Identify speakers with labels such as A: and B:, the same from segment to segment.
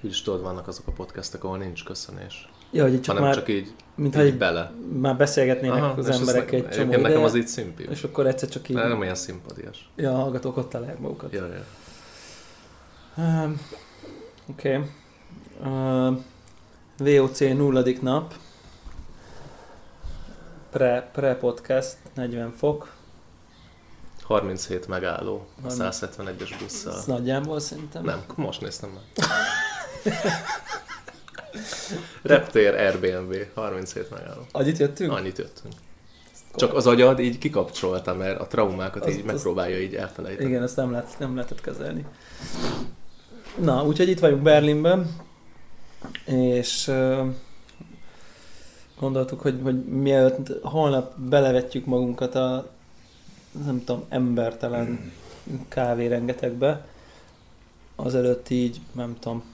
A: Így is tudod, vannak azok a podcastek, ahol nincs köszönés.
B: Ja, hogy itt csak
A: Csak Hanem
B: már,
A: már... csak így,
B: mintha
A: így
B: egy,
A: bele.
B: már beszélgetnének
A: Aha,
B: az
A: és ez
B: emberek
A: nekem-
B: egy csomó
A: egyébként nekem
B: ideje,
A: az így szimpi.
B: és akkor egyszer csak így, Hát-
A: De nem olyan szimpadias.
B: ja, a hallgatók ott találják magukat.
A: Ja, ja.
B: Um, Oké. Ehm, Okay. Uh, VOC nulladik nap. Pre, pre-podcast, 40 fok.
A: 37 megálló a
B: Harminc-
A: 171-es busszal.
B: Ez nagyjából szerintem.
A: Nem, most néztem meg. Reptér Airbnb, 37 megálló.
B: Annyit jöttünk?
A: Annyit jöttünk. Csak az agyad így kikapcsolta, mert a traumákat
B: Azt-
A: így
B: azt-
A: megpróbálja így elfelejteni.
B: Igen, ezt nem, lehet, nem lehetett kezelni. Na, úgyhogy itt vagyunk Berlinben, és ö, gondoltuk, hogy, hogy mielőtt holnap belevetjük magunkat a nem tudom, embertelen kávérengetekbe, azelőtt így, nem tudom,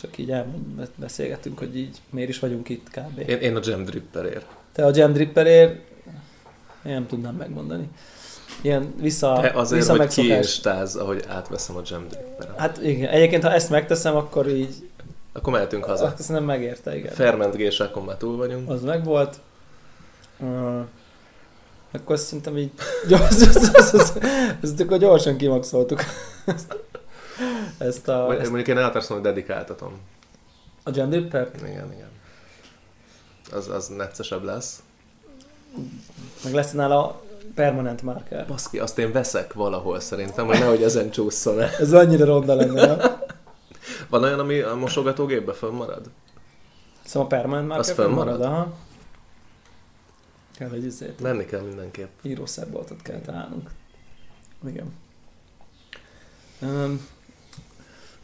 B: csak így elmond- beszélgettünk, hogy így miért is vagyunk itt kb.
A: Én, én a Jam Dripperért.
B: Te a Jam Dripperért, én nem tudnám megmondani. Ilyen vissza,
A: Te azért, hogy
B: visszamegszokás.
A: kiistáz, ahogy átveszem a Jam Dripperen.
B: Hát igen, egyébként ha ezt megteszem, akkor így
A: Akkor mehetünk haza.
B: azt nem megérte, igen.
A: Fermentgésekon már túl vagyunk.
B: Az megvolt. Uh, akkor szerintem így gyors, ezt, ezt, ezt, ezt akkor gyorsan kimaxoltuk. Ezt, ezt a,
A: Vagy-
B: ezt
A: Mondjuk én általában hogy dedikáltatom.
B: a Jam Drippert,
A: Igen, igen. Az, az neccesebb lesz.
B: meg lesz nála permanent marker.
A: Baszki, azt én veszek valahol szerintem, hogy nehogy ezen csúszson el.
B: Ez annyira ronda lenne, nem?
A: Van olyan, ami a mosogatógépbe fönnmarad?
B: Szóval a permanent marker
A: fönnmarad?
B: fönnmarad, aha. Kell izé- egy izét.
A: Menni kell mindenképp.
B: írószerboltot kell találnunk. Igen. Um,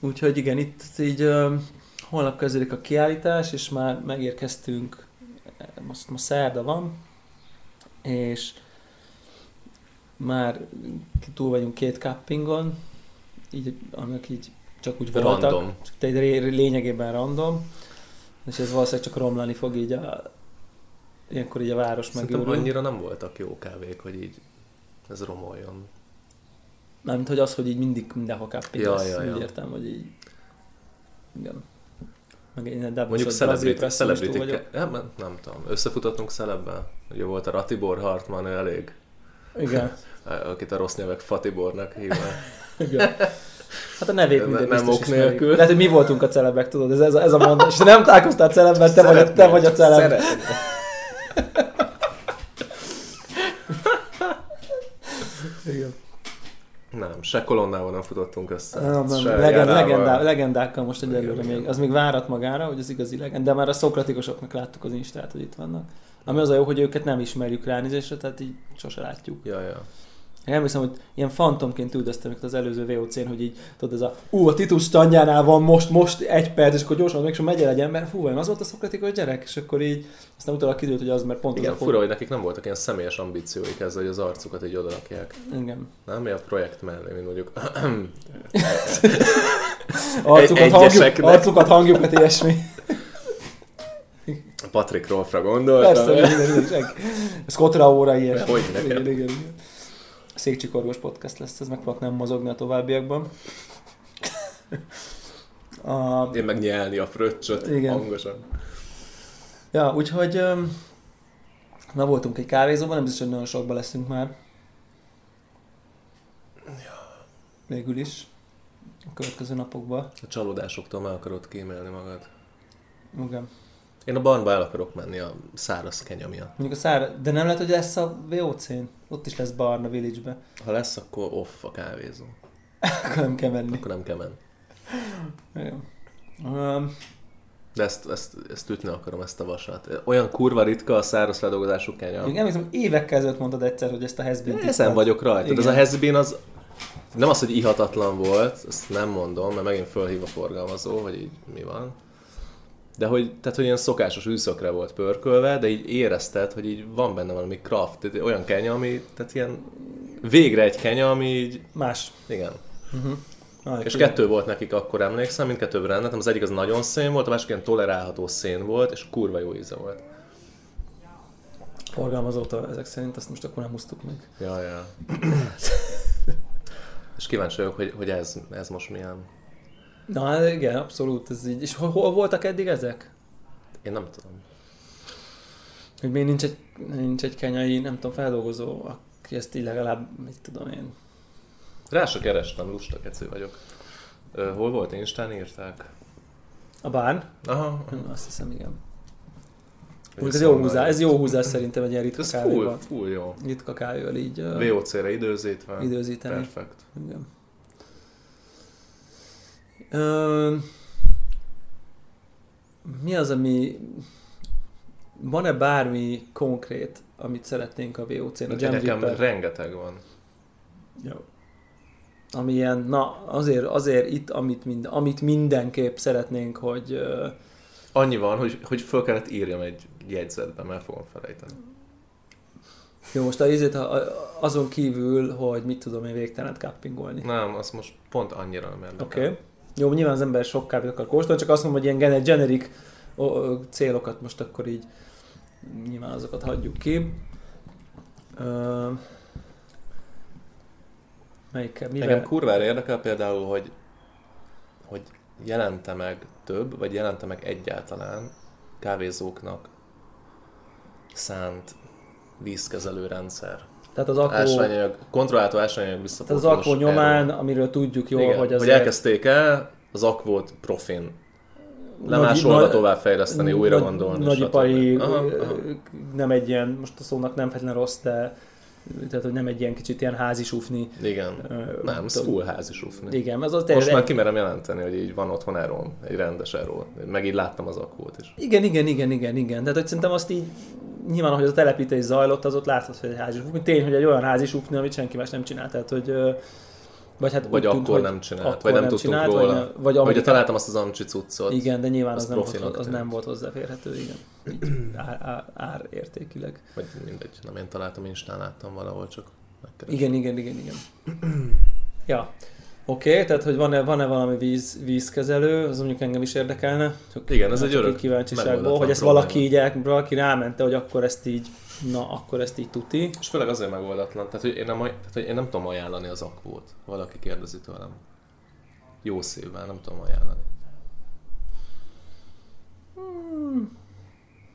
B: úgyhogy igen, itt így um, holnap kezdődik a kiállítás, és már megérkeztünk, eh, most ma szerda van, és már túl vagyunk két cuppingon, így, amik így csak úgy voltak.
A: Random.
B: Csak te egy ré- lényegében random, és ez valószínűleg csak romlani fog így a, ilyenkor így a város
A: Szerintem
B: megőrül.
A: annyira nem voltak jó kávék, hogy így ez romoljon.
B: Mármint, hogy az, hogy így mindig mindenhol káppé
A: Ja,
B: lesz.
A: ja, ja.
B: Úgy értem, hogy így... Igen. Meg én double
A: Mondjuk
B: shot brazil
A: celebrity,
B: presszó is túl
A: celebrity
B: vagyok.
A: ke- nem, nem, nem tudom, összefutottunk celebben. Ugye volt a Ratibor Hartman, ő elég,
B: Igen.
A: akit a rossz nyelvek Fatibornak hívnak.
B: Igen. Hát a nevét
A: Nem-
B: minden
A: nem
B: biztos
A: ok
B: ismerjük.
A: nélkül.
B: Lehet, hogy mi voltunk a celebek, tudod, ez, ez, a, ez a mondás. És ha nem találkoztál celebben, te, vagy, te vagy a celeb.
A: Szeretném.
B: Igen.
A: Nem, se kolonnával nem futottunk össze.
B: Ah, Nem, nem,
A: se
B: legend,
A: járával.
B: legendá, legendákkal most
A: Igen,
B: egyelőre
A: igen.
B: még. Az még várat magára, hogy az igazi legend. De már a szokratikusoknak láttuk az Instát, hogy itt vannak. Ami az a jó, hogy őket nem ismerjük ránézésre, tehát így sose látjuk.
A: Ja, ja.
B: Én emlékszem, hogy ilyen fantomként üldöztem őket az előző VOC-n, hogy így, tudod, ez a ú, a Titus standjánál van most, most egy perc, és akkor gyorsan mégsem megy el egy ember, fú, vajon az volt a szokratikus gyerek, és akkor így, aztán utána kiderült, hogy az, mert pont
A: Igen,
B: az a
A: fura, hogy nekik nem voltak ilyen személyes ambícióik ezzel, hogy az arcukat így odalakják.
B: Igen.
A: Nem, mi a projekt mellé, mint mondjuk
B: Arcukat, hangjuk,
A: egyeseknek.
B: arcukat, hangjukat, ilyesmi.
A: Patrick Rolfra gondoltam.
B: Persze, minden, minden, senki. Scott Raóra ilyesmi.
A: Hogy ne?
B: Igen, igen, igen. Székcsikorgos podcast lesz, ez megpróbálok nem mozogni a továbbiakban. A...
A: Én meg nyelni a fröccsöt
B: Igen.
A: hangosan.
B: Ja, úgyhogy öm, na voltunk egy kávézóban, nem biztos, hogy nagyon sokba leszünk már. Végül is. A következő napokban.
A: A csalódásoktól meg akarod kímélni magad.
B: Igen.
A: Én a barnba el akarok menni a száraz kenya miatt.
B: Mondjuk a szár, de nem lehet, hogy lesz a VOC-n. Ott is lesz barna village-be.
A: Ha lesz, akkor off a kávézó.
B: Akkor nem kell menni.
A: Akkor nem kell menni.
B: Igen. Um,
A: De ezt, ezt, ezt ütni akarom, ezt a vasat. Olyan kurva ritka a száraz feldolgozású kenya.
B: még emlékszem, évekkel ezelőtt mondtad egyszer, hogy ezt a hezbint
A: Ezen vagyok rajta. Ez a
B: Igen.
A: hezbén az nem az, hogy ihatatlan volt, ezt nem mondom, mert megint fölhív a forgalmazó, hogy így mi van. De hogy, tehát, hogy ilyen szokásos űszökre volt pörkölve, de így érezted, hogy így van benne valami craft, tehát olyan kenya, ami, tehát ilyen végre egy kenya, ami így,
B: Más.
A: igen.
B: Ah,
A: És
B: igen.
A: kettő volt nekik akkor, emlékszem, mindkettőben rendeltem, az egyik az nagyon szén volt, a másik ilyen tolerálható szén volt, és kurva jó íze volt.
B: Forgalmazótól ezek szerint, azt most akkor nem húztuk meg.
A: Ja, ja. és kíváncsi vagyok, hogy, hogy ez, ez most milyen.
B: Na hát igen, abszolút, ez így. És hol, hol voltak eddig ezek?
A: Én nem tudom.
B: Hogy még nincs egy, nincs egy kenyai, nem tudom, feldolgozó, aki ezt így legalább, mit tudom én.
A: Rá se kerestem, lusta kecő vagyok. Ö, hol volt? Instán írták.
B: A bán?
A: Aha.
B: Hm, Azt hiszem, igen. Mondjuk ez jó húzás, ez jó húzás szerintem egy ilyen ritka
A: Ez full,
B: kávéval.
A: full jó.
B: Ritka kávéval így ö,
A: VOC-re időzítve.
B: időzíteni.
A: Perfekt.
B: Igen. Ö, mi az, ami... Van-e bármi konkrét, amit szeretnénk a VOC-n? A Jam
A: Nekem
B: Dripper?
A: rengeteg van.
B: Jó. Ami ilyen, na azért, azért itt, amit, mind, amit mindenképp szeretnénk, hogy ö,
A: Annyi van, hogy, hogy föl kellett írjam egy jegyzetbe, mert fogom felejteni.
B: jó, most a izét a- a- azon kívül, hogy mit tudom én végtelenet cuppingolni.
A: Nem, azt most pont annyira nem érdekel.
B: Oké. Okay. Jó, nyilván az ember sok kávét akar kóstolni, csak azt mondom, hogy ilyen gene- generik ö, ö, célokat most akkor így nyilván azokat hagyjuk ki. Ö, melyikkel,
A: Engem
B: mivel?
A: kurvára érdekel például, hogy, hogy jelente meg több, vagy jelente meg egyáltalán kávézóknak szánt vízkezelő rendszer.
B: Tehát az alkohol,
A: Ásványanyag, kontrollálható ásványanyag
B: tehát
A: visszapótlós
B: az alkohol nyomán,
A: erő.
B: amiről tudjuk jól,
A: Igen,
B: hogy az
A: hogy elkezdték el az akvót profin. Lemásolva
B: nagy-
A: tovább fejleszteni, újra gondolni.
B: Nagyipari,
A: stb. Aha, aha.
B: nem egy ilyen, most a szónak nem feltétlenül rossz, de tehát, hogy nem egy ilyen kicsit ilyen házisúfni.
A: Igen.
B: ö,
A: Nem, ez
B: tudom.
A: full házis ufni.
B: Igen, az az
A: Most
B: teljesen-
A: már kimerem jelenteni, hogy így van otthon Eron, egy rendes Eron. Meg így láttam az akvót is.
B: Igen, igen, igen, igen, igen. Tehát, hogy szerintem azt így nyilván, ahogy az a telepítés zajlott, az ott látszott, hogy egy házisúfni. Tény, hogy egy olyan házisúfni, amit senki más nem csinált. Tehát, hogy, ö, vagy hát
A: Vagy
B: úgy
A: akkor
B: hogy
A: nem csinált,
B: akkor
A: vagy nem tudtunk róla.
B: Vagy, ne- vagy
A: Vagy Ugye
B: Amerikában-
A: találtam azt az amcsi cuccot.
B: Igen, de nyilván
A: az
B: az, nem, volt,
A: profinak
B: az nem
A: tűnt.
B: volt hozzáférhető, igen. Így ár, ár, ár értékileg.
A: Vagy mindegy, nem én találtam, Instán láttam valahol, csak megkeresem.
B: Igen, igen, igen, igen. ja. Oké, okay, tehát hogy van-e, van-e valami víz, vízkezelő, az mondjuk engem is érdekelne. Csak
A: Igen, ez egy
B: csak
A: örök
B: így kíváncsiságból,
A: megoldatlan
B: hogy ezt
A: probléma.
B: valaki így, el- valaki rámente, hogy akkor ezt így, na, akkor ezt így tuti.
A: És főleg azért megoldatlan, tehát hogy, én nem, aj- tehát, hogy én nem tudom ajánlani az akvót. Ha Valaki kérdezi tőlem. Jó szívvel, nem tudom ajánlani. Hmm.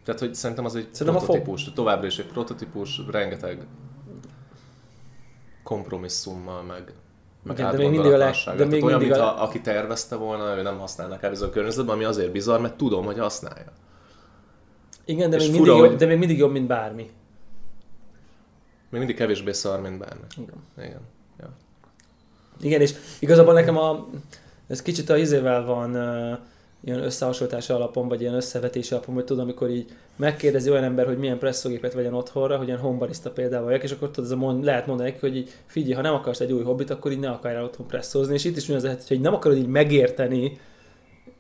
A: Tehát, hogy szerintem az egy
B: Szerintem a fog-
A: prototípus, továbbra is egy prototípus, rengeteg kompromisszummal, meg, meg
B: Igen, de még mindig a leg-
A: átgondolatlansággal.
B: de
A: Tehát
B: még
A: olyan,
B: mindig a-
A: mintha aki tervezte volna, ő nem használna kávézó környezetben, ami azért bizarr, mert tudom, hogy használja.
B: Igen, de
A: És
B: még,
A: fura,
B: mindig jobb,
A: hogy-
B: de még mindig jobb, mint bármi.
A: Még mindig kevésbé szar, mint bármi.
B: Igen.
A: Igen. Ja.
B: Igen, és igazából nekem a, ez kicsit a izével van ö, ilyen összehasonlítási alapon, vagy ilyen összevetési alapon, hogy tudod, amikor így megkérdezi olyan ember, hogy milyen presszogépet vegyen otthonra, hogy ilyen homebarista például vagyok, és akkor tudod, ez a mond, lehet mondani neki, hogy így figyelj, ha nem akarsz egy új hobbit, akkor így ne akarjál otthon presszozni, és itt is ugyanaz lehet, hogy nem akarod így megérteni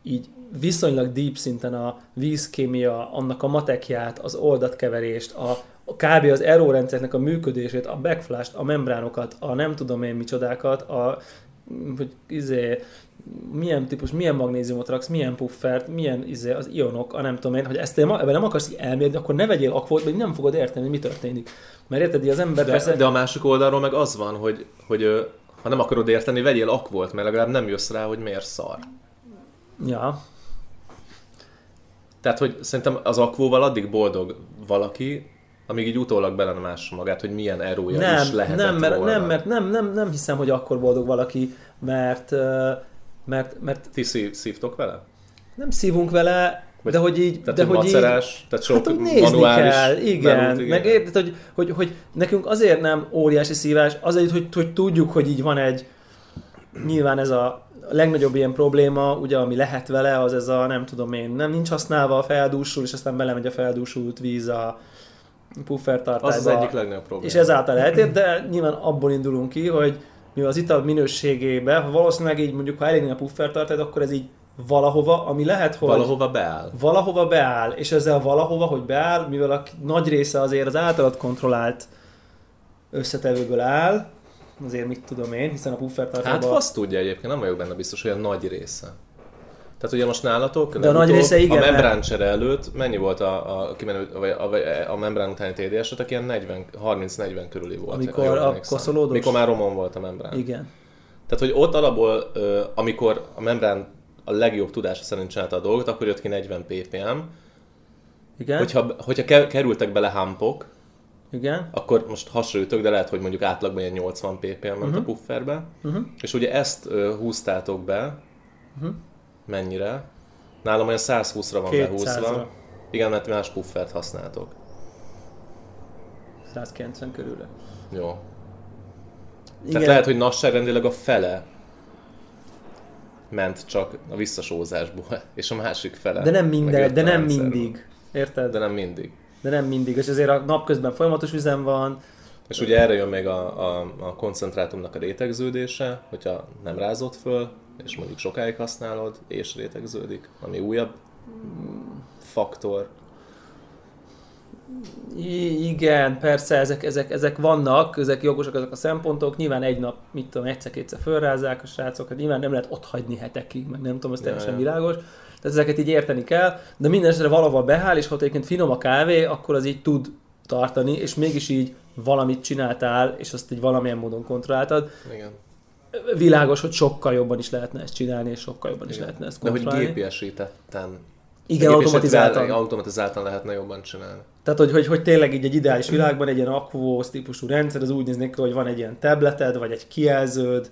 B: így viszonylag deep szinten a vízkémia, annak a matekját, az oldatkeverést, a, a kb. az aero rendszernek a működését, a backflash a membránokat, a nem tudom én micsodákat, a, hogy izé, milyen típus, milyen magnéziumot raksz, milyen puffert, milyen izé, az ionok, a nem tudom én, hogy ezt te ma- ebben nem akarsz így elmérni, akkor ne vegyél akvót, vagy nem fogod érteni, hogy mi történik. Mert érted, így az ember
A: De, de a másik oldalról meg az van, hogy, hogy ö, ha nem akarod érteni, vegyél akvolt, mert legalább nem jössz rá, hogy miért szar.
B: Ja,
A: Tehát, hogy szerintem az akvóval addig boldog valaki, amíg így utólag belemássa magát, hogy milyen erója is lehetett
B: nem, mert,
A: volna.
B: nem, mert nem, nem, nem hiszem, hogy akkor boldog valaki, mert, ö, mert, mert
A: Ti szív, szívtok vele?
B: nem szívunk vele,
A: Vagy-
B: de hogy így,
A: Tehát,
B: de
A: hogy
B: hogy így,
A: macerás, így, tehát sok
B: hát úgy nézni
A: manuális
B: kell, igen,
A: melót,
B: meg érted, hogy, hogy, hogy nekünk azért nem óriási szívás, azért, hogy, hogy tudjuk, hogy így van egy, nyilván ez a a legnagyobb ilyen probléma, ugye, ami lehet vele, az ez a, nem tudom én, nem nincs használva a feldúsul, és aztán belemegy a feldúsult víz a puffertartályba.
A: Az az egyik legnagyobb probléma.
B: És ezáltal eltér, de nyilván abból indulunk ki, hogy mivel az ital minőségébe, ha valószínűleg így mondjuk, ha elérni a puffertartályt, akkor ez így valahova, ami lehet, hogy
A: Valahova beáll.
B: valahova beáll, és ezzel valahova, hogy beáll, mivel a nagy része azért az általad kontrollált összetevőből áll, azért mit tudom én, hiszen a puffertartályban...
A: Hát fasz tudja egyébként, nem vagyok benne biztos, hogy a nagy része. Tehát ugye most nálatok,
B: De a nagy
A: legutóbb,
B: része igen,
A: a
B: mert-
A: membrán csere előtt mennyi volt a, a, kimenő, vagy a, vagy a membrán utáni TDS-etek? Ilyen 40, 30-40 körüli volt. ha
B: Amikor
A: jól
B: a
A: emlékszem.
B: koszolódós?
A: Mikor már romon volt a membrán.
B: Igen.
A: Tehát, hogy ott alapból, ö, amikor a membrán a legjobb tudása szerint csinálta a dolgot, akkor jött ki 40 ppm.
B: Igen?
A: Hogyha, hogyha ke- kerültek bele hampok,
B: Igen?
A: akkor most hasra ütök, de lehet, hogy mondjuk átlagban ilyen 80 ppm ment
B: Mhm.
A: uh-huh. a pufferbe. Uh-huh. És ugye ezt ö, húztátok be, uh-huh.
B: Mhm.
A: mennyire? Nálam olyan 120-ra van
B: 200-ra.
A: behúzva. Igen, mert más puffert használtok.
B: 190 körülre.
A: Jó. Tehát lehet, hogy nagyságrendileg a fele ment csak a visszasózásból, és a másik fele.
B: de nem
A: megjött
B: minden,
A: a
B: de nem
A: rendszerből.
B: mindig. Érted?
A: De nem mindig.
B: De nem mindig, és ezért a napközben folyamatos üzem van,
A: És ugye erre jön még a, a, a koncentrátumnak a rétegződése, hogyha nem rázod föl, és mondjuk sokáig használod, és rétegződik, ami újabb faktor.
B: I- igen, persze, ezek, ezek, ezek vannak, ezek jogosak ezek a szempontok, nyilván egy nap, mit tudom, egyszer-kétszer fölrázzák a srácokat, nyilván nem lehet ott hagyni hetekig, meg nem tudom, ez teljesen
A: ja.
B: világos, tehát ezeket így érteni kell, de minden esetre valahol beáll, és ha ott egyébként finom a kávé, akkor az így tud tartani, és mégis így valamit csináltál, és azt így valamilyen módon kontrolláltad.
A: Igen.
B: Világos, hogy sokkal jobban is lehetne ezt csinálni, és sokkal jobban is lehetne ezt
A: De hogy
B: kontrollálni.
A: gépiesítetten.
B: Igen,
A: Gépesítve-
B: automatizáltan.
A: Automatizáltan lehetne jobban csinálni.
B: Tehát, hogy, hogy, hogy tényleg így egy ideális világban egy ilyen akvós típusú rendszer, az úgy néz neki, hogy van egy ilyen tableted, vagy egy kijelződ,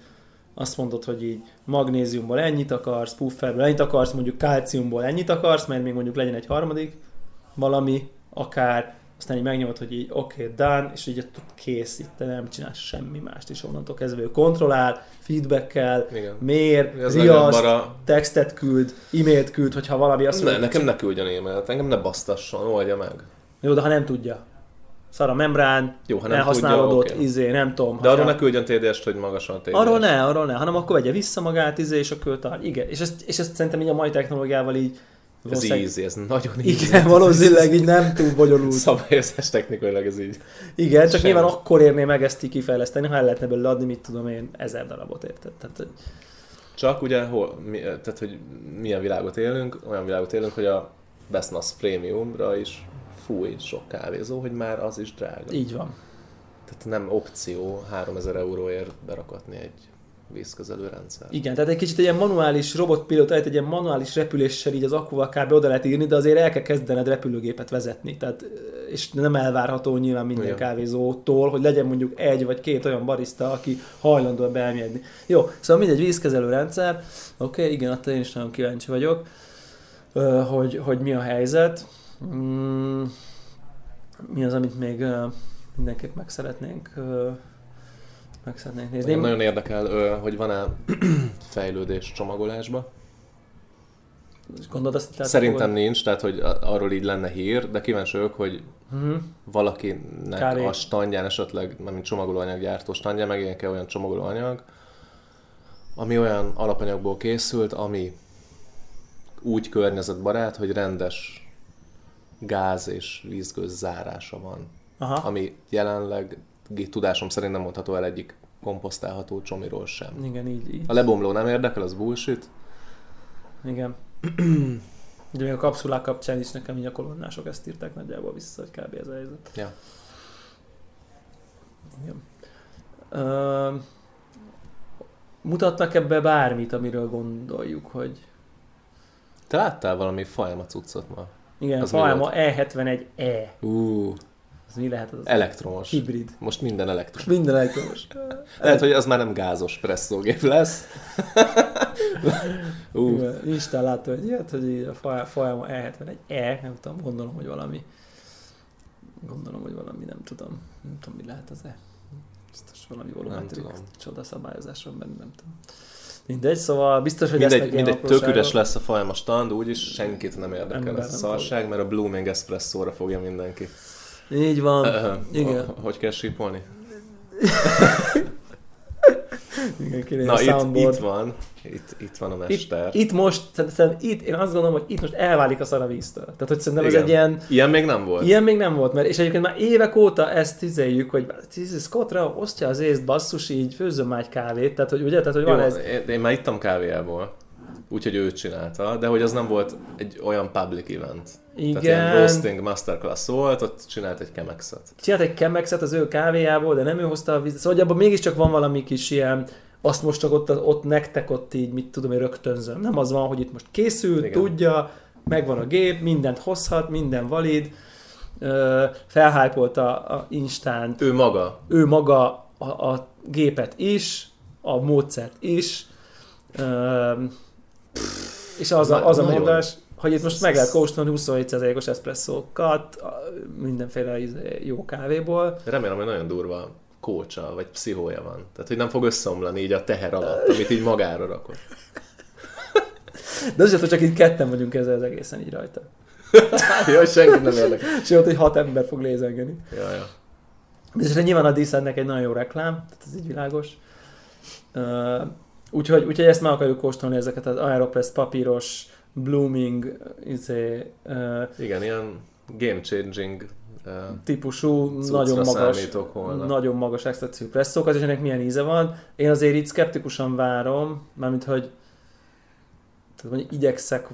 B: azt mondod, hogy így magnéziumból ennyit akarsz, pufferből ennyit akarsz, mondjuk kalciumból ennyit akarsz, mert még mondjuk legyen egy harmadik valami, akár, aztán így megnyomod, hogy így oké, okay, done, és így ott kész, itt te nem csinálsz semmi mást, és onnantól kezdve ő kontrollál, feedbackkel,
A: Igen.
B: mér,
A: Ez legjobb
B: riaszt,
A: arra-
B: textet küld, e-mailt küld, hogyha valami azt
A: Ne, nekem ne küldjön e-mailt, engem ne basztasson, oldja meg.
B: jó, de ha nem tudja. Szar a membrán,
A: Jó, ha nem
B: elhasználódott,
A: tudja, oké.
B: izé, nem tudom.
A: De
B: ha
A: arról
B: nem-
A: ne küldjön TDS-t, hogy magasan a TDS.
B: arról ne, arról ne, hanem akkor vegye vissza magát, izé, és akkor talán. Igen, és ezt, és ezt szerintem így a mai technológiával így...
A: Ez
B: valószínűleg-
A: easy, ez nagyon easy.
B: Igen, valószínűleg így nem túl bonyolult.
A: Szabályozás technikailag ez így.
B: Igen, csak
A: Semmi.
B: nyilván akkor érné meg ezt így kifejleszteni, ha el lehetne belőle adni, mit tudom én, ezer darabot, érted? Tehát, hogy
A: Csak ugye, hol, mi, tehát hogy milyen világot élünk, olyan világot élünk, hogy a Bestmass Premiumra is fúj sok kávézó, hogy már az is drága.
B: így van.
A: Tehát nem opció 3000 euróért berakatni egy vízkezelő rendszer.
B: Igen, tehát egy kicsit egy ilyen manuális robotpilóta, egy ilyen manuális repüléssel így az akkuval kb. oda lehet írni, de azért el kell kezdened repülőgépet vezetni. Tehát, és nem elvárható nyilván minden
A: Igen.
B: kávézótól, hogy legyen mondjuk egy vagy két olyan barista, aki hajlandó ebbe elmérni. Jó, szóval mindegy vízkezelő rendszer. Oké, okay, igen, attól én is nagyon kíváncsi vagyok, ö, hogy, hogy mi a helyzet. Mm, Mi az, amit még ö, mindenképp meg szeretnénk, ö, meg szeretnénk nézni.
A: Engem nagyon érdekel, ö, hogy van-e fejlődés csomagolásba.
B: Gondolod azt, hogy lehet,
A: Szerintem nincs, tehát hogy a- arról így lenne hír, de kíváncsi vagyok, hogy
B: Mhm.
A: valakinek
B: Kávé.
A: Kávé. a standján esetleg, nem mint csomagolóanyaggyártó standján, megjelenik -e olyan csomagolóanyag, ami olyan alapanyagból készült, ami úgy környezetbarát, hogy rendes gáz és vízgőz zárása van.
B: Aha.
A: Ami jelenleg gi- tudásom szerint nem mondható el egyik komposztálható csomiról sem.
B: Igen, így, így.
A: A lebomló nem érdekel, az bullshit.
B: Igen. De még a kapszulák kapcsán is nekem így a kolonnások ezt írták nagyjából vissza, hogy kb. ez a helyzet.
A: Ja.
B: Igen. Ö, mutatnak ebbe bármit, amiről gondoljuk, hogy
A: Te láttál valami fajma cuccot ma?
B: igen,
A: Az
B: Falma E71E.
A: Ú,
B: Ez mi lehet az?
A: elektromos.
B: Hibrid.
A: Most minden elektromos.
B: Minden elektromos.
A: Lehet, hogy az már nem gázos presszógép lesz. Ú,
B: Igen, Instán láttam egy ilyet, hogy így a fa- Falma E71E, E, nem tudom, gondolom, hogy valami gondolom, hogy valami, nem tudom. Nem tudom, mi lehet az E. Biztos valami volumetrik
A: tudom.
B: csodaszabályozás van benne, nem tudom. Mindegy, szóval biztos, hogy
A: mindegy,
B: lesznek ilyen
A: mindegy tök
B: apróságok.
A: üres lesz a folyama stand, úgyis senkit nem érdekel
B: Ember
A: ez a
B: nem
A: szarság, mert a Blooming Espresso-ra fogja mindenki.
B: Így van.
A: Ö,
B: Ah, igen.
A: h- Hogy kell sípolni?
B: Igen, kéne
A: Na,
B: a
A: itt,
B: soundboard.
A: itt van. Itt, itt van a
B: itt,
A: mester.
B: itt, most, szerintem itt, én azt gondolom, hogy itt most elválik a szar a víztől. Tehát, hogy szerintem ez
A: Igen.
B: egy ilyen,
A: Ilyen még nem volt.
B: Ilyen még nem volt, mert és egyébként már évek óta ezt tüzeljük, hogy tíz Scottra osztja az észt, basszus, így főzzön már egy kávét, tehát hogy ugye, tehát hogy van
A: Jó,
B: ez.
A: én, én már ittam kávéjából. Úgyhogy ő csinálta, de hogy az nem volt egy olyan public event. Tehát ilyen
B: Igen,
A: roasting masterclass volt, ott csinált egy kemexet.
B: csinált egy kemexet az ő kávéjából, de nem ő hozta a vizet, szóval hogy abban mégiscsak van valami kis ilyen azt most csak ott, ott nektek ott így, mit tudom én, rögtönzöm. Nem az van, hogy itt most készült,
A: Igen.
B: Igen. tudja, megvan a gép, mindent hozhat, minden valid, Ö, felhájpolta a Instán
A: Ő maga.
B: ő maga a, a gépet is, a módszert is, öm, és az a, az a
A: Nagyon.
B: mondás, hogy itt most meg lehet kóstolni 27%-os eszpresszókat, a- mindenféle izé- jó kávéból.
A: Remélem, hogy nagyon durva kócsa vagy pszichója van. Tehát, hogy nem fog összeomlani így a teher alatt, amit így magára rakott.
B: De azért, hogy csak így ketten vagyunk ezzel az egészen így rajta.
A: Jaj, senki nem érdekel.
B: És ott, hogy hat ember fog lézengeni.
A: Jaj, jaj.
B: És nyilván a Decentnek egy nagyon jó reklám, tehát ez így világos. Ö, Úgyhogy, úgyhogy ezt meg akarjuk kóstolni, ezeket az Aeropress papíros, blooming, izé, ö,
A: Igen, ilyen game changing. Uh,
B: típusú,
A: Cuccra
B: nagyon magas,
A: számítok holnap.
B: nagyon magas extra cipresszokat, és ennek milyen íze van. Én azért itt szkeptikusan várom, mármint, hogy tehát mondjuk igyekszek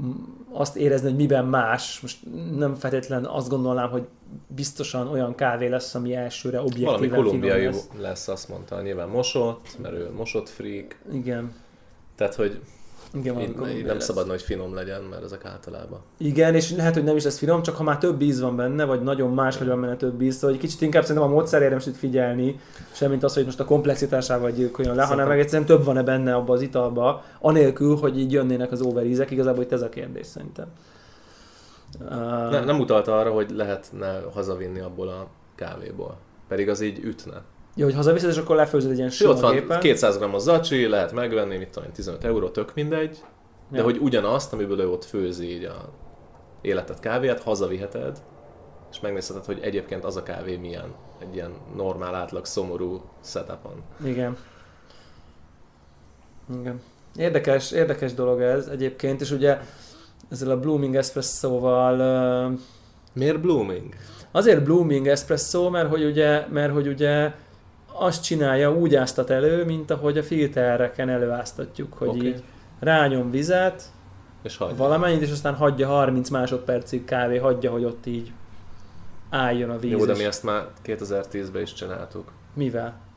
B: mm, azt érezni, hogy miben más. Most nem feltétlen azt gondolnám, hogy biztosan olyan kávé lesz, ami elsőre objektíven
A: valami
B: finom
A: kolumbiai
B: lesz.
A: lesz. lesz, azt mondta, nyilván mosott, mert ő mosott freak.
B: Igen.
A: Tehát, hogy
B: Igen, valami
A: így, így
B: kolumbiai
A: nem
B: lesz.
A: szabadna, hogy finom legyen, mert ezek általában.
B: Igen, és lehet, hogy nem is lesz finom, csak ha már több íz van benne, vagy nagyon más, hogy van benne több íz, szóval egy kicsit inkább szerintem a módszer érdemes itt figyelni, semmint az, hogy most a komplexitásával gyilkoljon le, hanem
A: Szerintem.
B: meg egyszerűen több van-e benne abba az italba, anélkül, hogy így jönnének az overízek, igazából itt ez a kérdés szerintem. Uh,
A: Nem, nem utalta arra, hogy lehetne hazavinni abból a kávéból. Pedig az így ütne.
B: Jó, hogy hazaviszed, és akkor lefőzöd egy ilyen
A: És ott
B: sima
A: van
B: gépen.
A: 200 g zacsi, lehet megvenni, mit tudom én, 15 euró, tök mindegy. De
B: Ja.
A: hogy ugyanazt, amiből ő ott főzi így a életet kávéját, hazaviheted, és megnézheted, hogy egyébként az a kávé milyen egy ilyen normál, átlag, szomorú setupon.
B: Igen. Igen. Érdekes, érdekes dolog ez egyébként, és ugye ezzel a Blooming Espresso-val uh,
A: Miért blooming?
B: Azért blooming espresso, mert hogy ugye, mert hogy ugye azt csinálja, úgy áztat elő, mint ahogy a filtereken előáztatjuk, hogy okay.
A: Oké.
B: így rányom vizet,
A: És hagyj.
B: valamennyit, és aztán hagyja 30 másodpercig kávé, hagyja, hogy ott így álljon a víz.
A: Jó, de
B: és-
A: mi ezt már 2010-ben is csináltuk.
B: Mivel?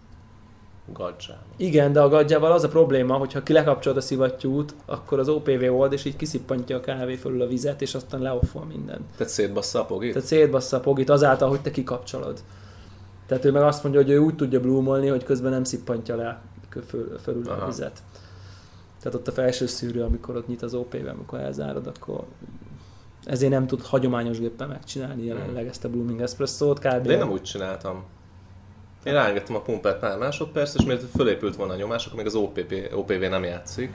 A: Gacsában.
B: Igen, de a gadjával az a probléma, hogy ha ki lekapcsolod a szivattyút, akkor az OPV old, és így kiszippantja a kávé fölül a vizet, és aztán leoffol mindent.
A: Tehát szétbassza a pogit?
B: Tehát szétbassza a pogit azáltal, hogy te kikapcsolod. Tehát ő meg azt mondja, hogy ő úgy tudja blúmolni, hogy közben nem szippantja le kö- föl, fölül a
A: Aha.
B: vizet. Tehát ott a felső szűrő, amikor ott nyit az OP-vel, amikor elzárod, akkor ezért nem tud hagyományos géppel megcsinálni jelenleg ezt a Blooming Espresso-t. Kb.
A: Hmm. De én nem úgy csináltam. Én rángettem a pumpát pár másodperc, és miért fölépült volna a nyomás, akkor még az OPP, OPV nem játszik.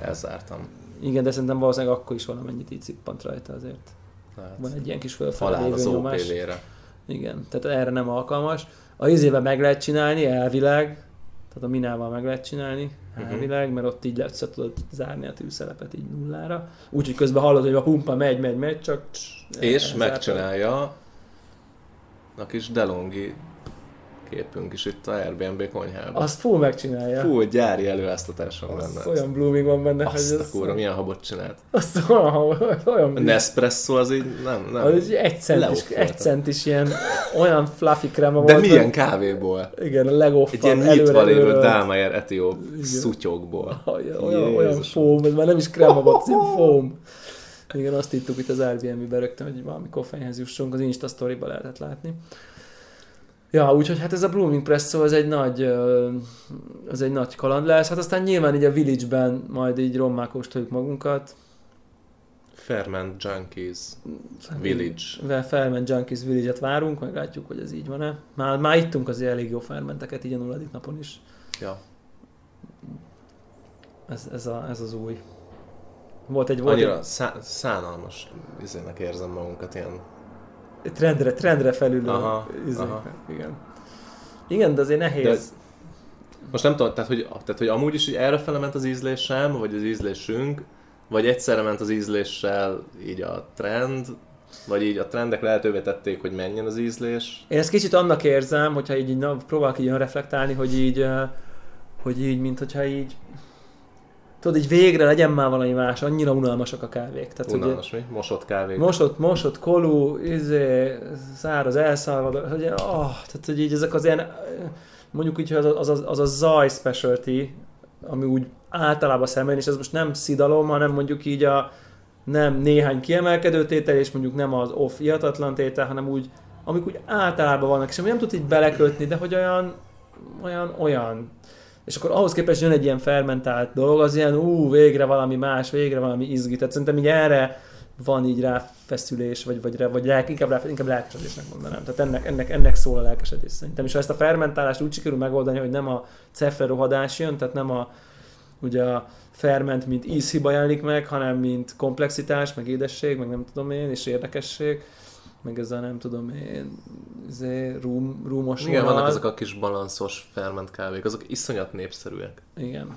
A: Elzártam.
B: Igen, de szerintem valószínűleg akkor is valamennyit így szippant rajta azért.
A: Hát,
B: Van egy ilyen kis
A: halál
B: fölfelé
A: az
B: nyomás.
A: OPV-re.
B: Igen, tehát erre nem alkalmas. A izével meg lehet csinálni, elvileg, tehát a minával meg lehet csinálni,
A: Mhm.
B: elvileg, mert ott így le- össze tudod zárni a tűzszerepet így nullára. Úgyhogy közben hallod, hogy a pumpa megy, megy, megy, csak...
A: És
B: elzártad.
A: megcsinálja a kis Delongi képünk is itt a Airbnb konyhában.
B: Azt full megcsinálja.
A: Fú, gyári előáztatásom
B: Azt
A: benne.
B: olyan blooming van benne,
A: Azt
B: hogy
A: a kurva, milyen habot csinált.
B: Azt olyan, olyan
A: A
B: blooming.
A: Nespresso az így nem,
B: Az
A: nem.
B: egy egy cent, is,
A: Leoffoltam.
B: egy cent is ilyen olyan fluffy krema
A: De
B: volt.
A: milyen kávéból?
B: Igen, a legófal.
A: Egy ilyen nyitva lévő dámajer etióp szutyokból.
B: Olyan, olyan, olyan
A: Jézusom.
B: fóm, ez már nem is krema volt, ez ilyen fóm. Igen, azt írtuk itt az Airbnb-ben rögtön, hogy valami koffeinhez jussunk, az Insta story lehetett látni. Ja, úgyhogy hát ez a Blooming Presso, ez egy nagy, ö, az egy nagy kaland lesz. Hát aztán nyilván így a Village-ben majd így rommá kóstoljuk magunkat.
A: Ferment Junkies Village.
B: Vel Ferment Junkies Village-et várunk, meg látjuk, hogy ez így van-e. Már, már ittunk azért elég jó fermenteket így a nulladik napon is.
A: Ja.
B: Ez, ez, a, ez az új. Volt egy, volt egy
A: Annyira szá- szánalmas izének érzem magunkat ilyen.
B: Trendre, trendre felülő
A: Aha,
B: izék.
A: aha.
B: Igen. Igen, de azért nehéz.
A: Most nem tudom, tehát hogy, tehát, hogy amúgy is így errefele ment az ízlésem, vagy az ízlésünk, vagy egyszerre ment az ízléssel így a trend, vagy így a trendek lehetővé tették, hogy menjen az ízlés.
B: Én ezt kicsit annak érzem, hogyha így, így na, próbálok így önreflektálni, hogy így, ö, hogy így, mint hogyha így, tudod, így végre legyen már valami más, annyira unalmasak a kávék. Tehát, hogy
A: Unalmas, mi? Mosott kávé.
B: Mosott, mosott, kolú, izé, száraz, elszalvador, hogy ilyen, ah, tehát hogy így ezek az ilyen eh, mondjuk így, hogy az a, az, a, az a zaj specialty, ami úgy általában szemben, és ez most nem szidalom, hanem mondjuk így a nem néhány kiemelkedő tétel, és mondjuk nem az off ihatatlan tétel, hanem úgy, amik úgy általában vannak, és ami nem tud így belekötni, de hogy olyan, olyan, olyan. És akkor ahhoz képest jön egy ilyen fermentált dolog, az ilyen ú, végre valami más, végre valami izgi. Tehát szerintem így erre van így ráfeszülés, vagy, vagy, vagy lelk, inkább, rá, inkább lelkesedésnek mondanám. Tehát ennek, ennek, ennek szól a lelkesedés szerintem. És ha ezt a fermentálást úgy sikerül megoldani, hogy nem a cefre rohadás jön, tehát nem a, ugye a ferment, mint ízhiba jelenik meg, hanem mint komplexitás, meg édesség, meg nem tudom én, és érdekesség, meg ezzel nem tudom én, izé, rúm, rúmos
A: Igen,
B: vonal.
A: vannak ezek a kis balanszos ferment kávék, azok iszonyat népszerűek.
B: Igen.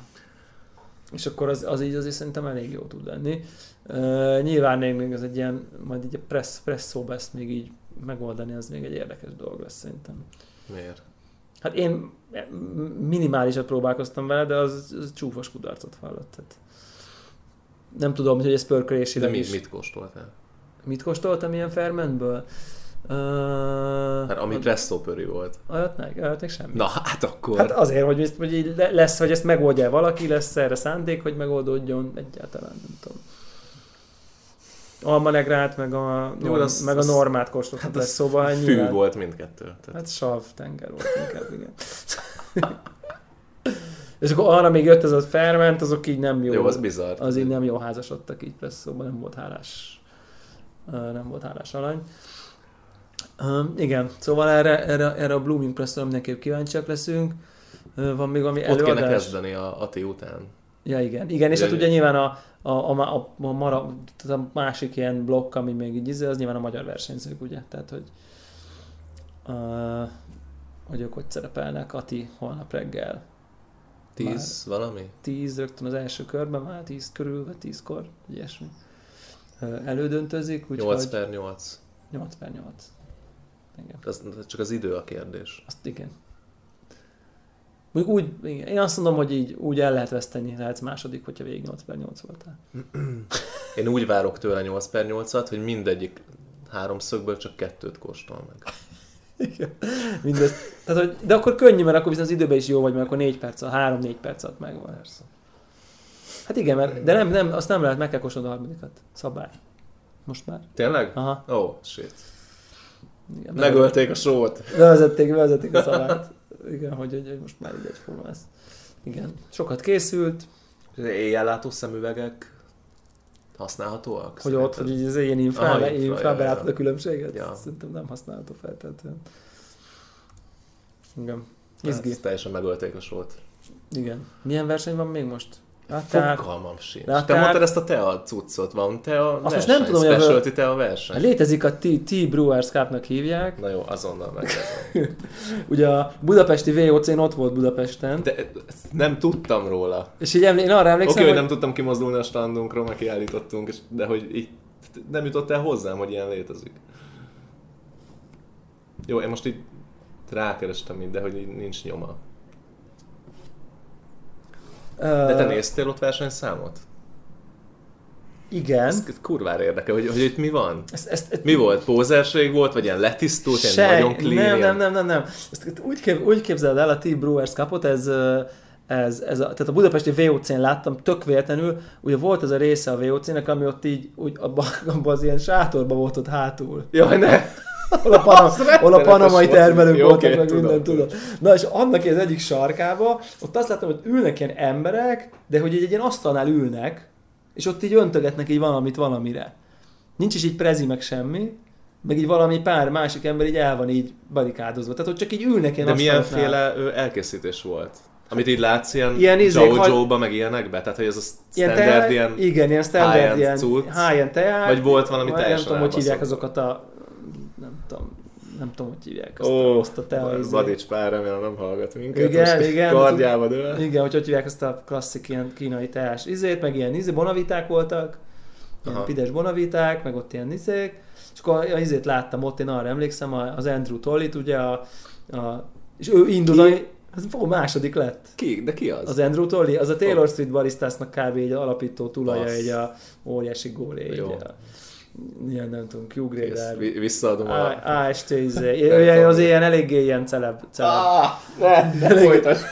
B: És akkor az, az így azért szerintem elég jó tud lenni. Uh, nyilván még, még ez egy ilyen, majd így a press, presszóba ezt még így megoldani, az még egy érdekes dolog lesz szerintem.
A: Miért?
B: Hát én minimálisat próbálkoztam vele, de az, az csúfos kudarcot vallott. Tehát nem tudom, hogy ez
A: De
B: pörkölésileg
A: mi,
B: is.
A: mit kóstoltál?
B: Mit kóstoltam ilyen fermentből? Uh,
A: Hát ami presszó pöri volt.
B: Olyat meg, olyat még semmi.
A: Na hát akkor...
B: Hát azért, hogy, ezt, hogy így le- lesz, hogy ezt megoldja valaki, lesz erre szándék, hogy megoldódjon, egyáltalán nem tudom. Almanegrát, meg a,
A: Jó,
B: Jó,
A: az-
B: meg a
A: az-
B: normát kóstoltam,
A: hát
B: hát
A: az
B: szóval
A: Fű
B: nyilván,
A: volt mindkettő. Tehát
B: Hát sav tenger volt inkább, igen. És akkor arra még jött ez a ferment, azok így nem jó.
A: jó, az bizarr.
B: az így nem jó házasodtak így presszóban, nem volt hálás, ö, nem volt hálás alany. Um, igen, szóval erre, erre, erre a Blooming Pressre mindenképp kíváncsiak leszünk. Ö, Van még valami
A: Ott kéne
B: előadás?
A: kezdeni a Ati után.
B: Ja, igen. Igen, és hát
A: Ugye-
B: ugye nyilván a, a, a, ma- a, a, mara, tehát a másik ilyen blokk, ami még így izé, az nyilván a magyar versenyzők, ugye? Tehát, hogy uh, hogy ők hogy szerepelnek. Ati holnap reggel
A: Tíz valami?
B: 10 rögtön az első körben, már 10 körül, vagy 10-kor, vagy ilyesmi. Ö, Elődöntözik, úgyhogy...
A: 8 per 8.
B: 8 per 8. Igen.
A: Az, csak az idő a kérdés.
B: Azt igen. Mondjuk úgy, igen. én azt mondom, hogy így úgy el lehet veszteni, lehetsz második, hogyha végig 8 per 8 voltál.
A: Én úgy várok tőle 8 per 8-at, hogy mindegyik háromszögből csak kettőt kóstol meg.
B: Igen. Mindez. Tehát, hogy, de akkor könnyű, mert akkor viszont az időben is jó vagy, mert akkor 4 perc, 3-4 perc alatt megvan.
A: Persze.
B: Hát igen, mert, de nem, nem, azt nem lehet, meg kell kóstolni a harmadikat. Szabály. Most már.
A: Tényleg?
B: Aha.
A: Ó, oh, shit.
B: Igen,
A: Megölték a sót.
B: Bevezették, bevezették a szabályt. Igen, hogy, hogy, hogy most már így egyforma lesz. Igen. Sokat készült,
A: Éjjellátó szemüvegek használhatóak?
B: hogy ott, hogy
A: Szerinted?
B: így az ilyen
A: Aha,
B: infrá,
A: infra,
B: infrába
A: ja,
B: látod
A: ja.
B: a különbséget?
A: Ja.
B: Szerintem nem használható feltétlenül. Igen.
A: Hát,
B: Izgi.
A: teljesen megölték a sót.
B: Igen. Milyen verseny van még most? Hát, Láttál?
A: Fogalmam sincs.
B: Láttál?
A: Te mondtad ezt a tea cuccot, van tea
B: most
A: verseny,
B: nem tudom, hogy a-
A: specialty tea verseny.
B: Hát Létezik a T, T Brewers Cup-nak hívják.
A: Na jó, azonnal meg.
B: Ugye a budapesti VOC-n ott volt Budapesten.
A: De ezt nem tudtam róla.
B: És így emlé- én arra
A: Oké,
B: emlékszem,
A: hogy
B: szóval hogy
A: nem tudtam kimozdulni a standunkról, meg kiállítottunk, és- de hogy így nem jutott el hozzám, hogy ilyen létezik. Jó, én most így rákerestem így, de hogy így nincs nyoma. De te
B: ö,
A: néztél ott versenyszámot?
B: Igen.
A: Ez kurvára érdekel, hogy, hogy itt mi van?
B: Ezt, ezt,
A: Mi volt? Pózerség volt? Vagy ilyen letisztult, ilyen
B: Sej-
A: nagyon clean?
B: Nem, nem,
A: ilyen-
B: nem, nem, nem. Ezt úgy, kép, úgy képzeld el a T Brewers Cupot, ez, ö, ez, ez a, tehát a budapesti VOC-n láttam tök véletlenül, ugye volt ez a része a VOC-nek, ami ott így, úgy, abban abba az ilyen sátorban volt ott hátul.
A: Jaj, ne!
B: Hol a, panam, hol a
A: rettenetes
B: panamai
A: volt.
B: termelők
A: Jó,
B: voltak,
A: oké,
B: meg
A: tudom,
B: minden,
A: tudom.
B: tudod. Na és annak az egyik sarkába, ott azt láttam, hogy ülnek ilyen emberek, de hogy egy, egy ilyen asztalnál ülnek, és ott így öntögetnek így valamit valamire. Nincs is így prezi meg semmi, meg így valami pár másik ember így el van így barikádozva. Tehát ott csak így ülnek ilyen
A: De
B: asztaloknál.
A: milyenféle ö, elkészítés volt? Amit így látsz ilyen,
B: Ilyen
A: ilyen
B: izék,
A: Jojo-ba, meg ilyenekbe? Tehát, hogy ez a
B: ilyen,
A: standard,
B: teák-
A: ilyen...
B: igen, ilyen standard,
A: high-end
B: ilyen
A: cucc.
B: high-end teák,
A: Vagy volt valami
B: vagy
A: teljesen
B: Nem tudom, hogy hívják
A: elbaszott.
B: azokat a, nem tudom, nem tudom, hogy hívják azt,
A: Ó,
B: a, azt a tea izét.
A: Vadics pár, remélem nem hallgat minket.
B: Igen,
A: most
B: igen.
A: Kardjába dől.
B: Igen, hogy hogy hívják ezt a klasszik ilyen kínai teás izét, meg ilyen izé, bonaviták voltak, ilyen
A: Aha.
B: pides bonaviták, meg ott ilyen izék, és akkor a izét láttam ott, én arra emlékszem, a- az Andrew Tollit, ugye, a, a, és ő indul, az a második lett.
A: Ki? De ki az?
B: Az Andrew Tolli, az a Taylor Street baristásnak kb. egy alapító tulaja,
A: Basz.
B: egy a óriási gólé. így
A: Jó.
B: a- ilyen nem tudom,
A: Kész,
B: Q-grade
A: vi- visszaadom a...
B: AST, izé.
A: Nem
B: Ilyen- az
A: tudom.
B: ilyen eléggé ilyen celeb. celeb.
A: Ah, ne, ne folytasd.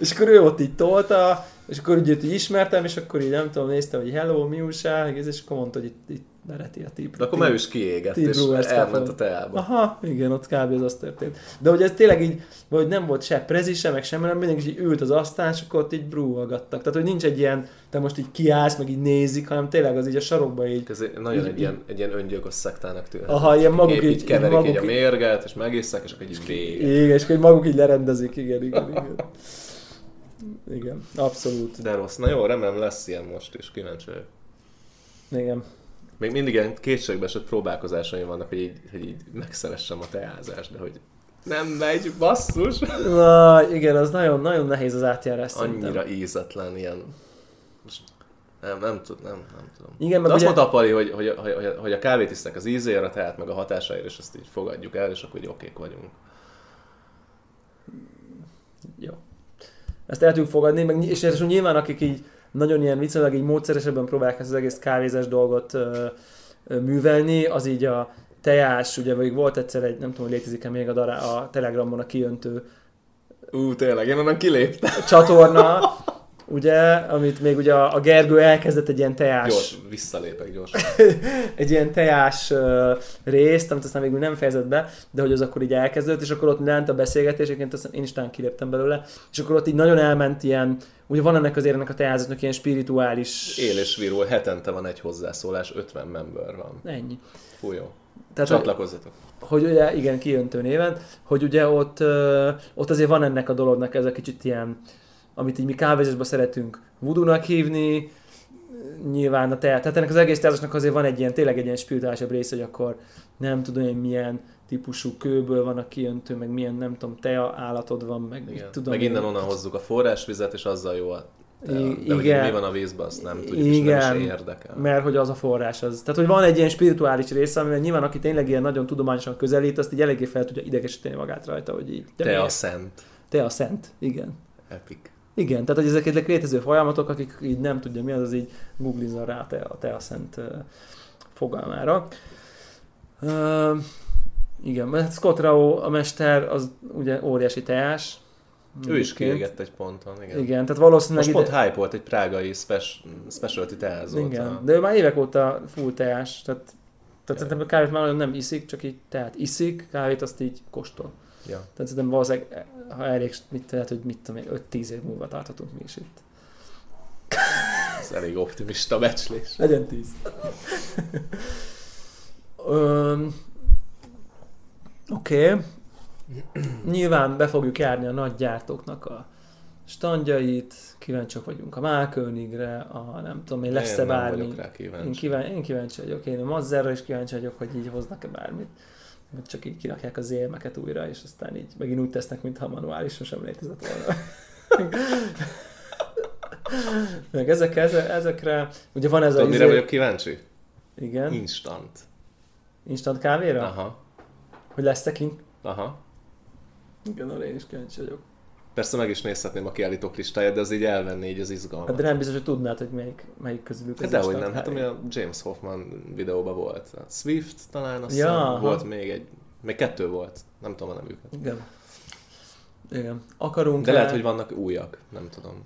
B: És akkor ő ott így tolta, és akkor ugye őt így ismertem, és akkor így nem tudom, néztem, hogy hello, mi újság, és akkor mondta, hogy itt, itt bereti a típ.
A: De akkor már ő is kiégett,
B: Tim
A: és
B: Brewers
A: elment
B: kapott.
A: a teába.
B: Aha, igen, ott kb. az az történt. De hogy ez tényleg így, vagy nem volt se prezi, se, meg semmi, nem mindenki így ült az asztalán, és akkor ott így brúvalgattak. Tehát, hogy nincs egy ilyen, te most így kiállsz, meg így nézik, hanem tényleg az így a sarokba így.
A: Ez egy- nagyon
B: Így-
A: egy ilyen, egy ilyen öngyilkos szektának tűnhet.
B: Aha, ilyen maguk
A: Épp
B: így-
A: így,
B: így
A: keverik
B: maguk
A: így a
B: így-
A: mérget, és megisszák, és akkor így vége.
B: Igen, és akkor így maguk így lerendezik, igen, igen, igen. Igen, abszolút.
A: De rossz. Na jó, remélem lesz ilyen most is, kíváncsi vagyok.
B: Igen.
A: Még mindig ilyen kétségbeesett próbálkozásaim vannak, hogy így, hogy így megszeressem a teázást, de hogy nem megy, basszus!
B: Na, igen, az nagyon, nagyon nehéz az átjárás szerintem.
A: Annyira ízetlen ilyen... Most nem, nem, tud, nem, nem tudom.
B: Igen, meg
A: de azt
B: ugye-
A: mondta a Pali, hogy, hogy, hogy, hogy, hogy a kávét isznek az ízére, a teát meg a hatásáért, és ezt így fogadjuk el, és akkor így okék vagyunk.
B: Jó. Ezt el tudjuk fogadni, meg, ny- és ez nyilván akik így nagyon ilyen viccelig, így módszeresebben próbálják ezt az egész kávézás dolgot ö, ö, művelni, az így a tejás, ugye még volt egyszer egy, nem tudom, hogy létezik-e még a, dará, a Telegramon a kiöntő
A: Ú, tényleg, én onnan kiléptem.
B: csatorna, ugye, amit még ugye a, a Gergő elkezdett egy ilyen tejás
A: Gyors, visszalépek gyorsan.
B: egy ilyen teás ö, részt, amit aztán végül nem fejezett be, de hogy az akkor így elkezdődött, és akkor ott lent a beszélgetés, egyébként aztán én is talán kiléptem belőle, és akkor ott így nagyon elment ilyen, ugye van ennek azért ennek a teázatnak ilyen spirituális...
A: Él és virul, hetente van egy hozzászólás, 50 member van.
B: Ennyi.
A: Fú, jó.
B: Tehát, hogy,
A: Csatlakozzatok.
B: hogy, ugye, igen, kijöntő néven, hogy ugye ott, ö, ott azért van ennek a dolognak ez a kicsit ilyen, amit így mi kávézásban szeretünk vudunak hívni, nyilván a te, tehát ennek az egész társadalomnak azért van egy ilyen, tényleg egy ilyen spirituálisabb része, hogy akkor nem tudom én milyen típusú kőből van a kijöntő, meg milyen nem tudom, tea állatod van, meg mit
A: Igen.
B: tudom
A: Meg
B: én.
A: innen-onnan hozzuk a forrásvizet, és azzal jó a te-
B: I-
A: De hogy
B: igen.
A: mi van a vízben, azt nem tudjuk, és nem
B: Igen.
A: is érdekel.
B: Mert hogy az a forrás az. Tehát, hogy van egy ilyen spirituális része, amivel nyilván aki tényleg ilyen nagyon tudományosan közelít, azt így eléggé fel tudja idegesíteni magát rajta, hogy így. de
A: Te a
B: miért?
A: szent.
B: Te a szent, igen.
A: Epic.
B: Igen, tehát hogy ezek egy létező folyamatok, akik így nem tudja mi az, az így googlizzon rá a te, a te a szent ö, fogalmára. Ö, igen, mert hát Scott Rao, a mester, az ugye óriási teás.
A: Ő is
B: Egyébként.
A: kiégett egy ponton, igen.
B: Igen, tehát valószínűleg...
A: Most pont hype volt egy prágai spes- specialty teázó.
B: igen, de ő már évek óta full teás, tehát, tehát szerintem a kávét már nagyon nem iszik, csak így tehát iszik, kávét azt így kóstol.
A: Ja.
B: Tehát szerintem valószínűleg, ha elég, mit lehet, hogy mit tudom én, 5-10 év múlva tarthatunk mi is itt.
A: Ez elég optimista becslés.
B: Legyen tíz. Öm, Oké. Okay. Nyilván be fogjuk járni a nagy gyártóknak a standjait, kíváncsiak vagyunk a Málkönigre, a nem tudom én, lesz-e
A: én nem
B: bármi.
A: vagyok rá
B: Én,
A: kíváncsi.
B: kíván, én kíváncsi vagyok, én a Mazzerra is kíváncsi vagyok, hogy így hoznak-e bármit. Mert csak így kirakják az élmeket újra, és aztán így megint úgy tesznek, mintha a manuális sosem létezett volna. Meg ezek, ezek, ezekre, ugye van ez a...
A: Tudod, mire
B: izé-
A: vagyok kíváncsi?
B: Igen,
A: Instant.
B: instant kávéra?
A: Aha.
B: Hogy lesz-e kint?
A: Aha.
B: Igen, arra én is kíváncsi vagyok.
A: Persze meg is nézhetném a kiállítók listáját, de az így elvenné így az
B: Hát
A: izgalmat.
B: de nem biztos, hogy tudnád, hogy melyik, melyik közülük
A: Hát
B: az
A: dehogy
B: instant
A: nem, hát ami
B: kávé.
A: a James Hoffman videóban volt. Hát Swift talán azt
B: Ja,
A: ja,
B: aha.
A: volt még egy, még kettő volt, nem tudom a nevüket.
B: Igen. Igen. Akarunk
A: De lehet, hogy vannak újak, nem tudom.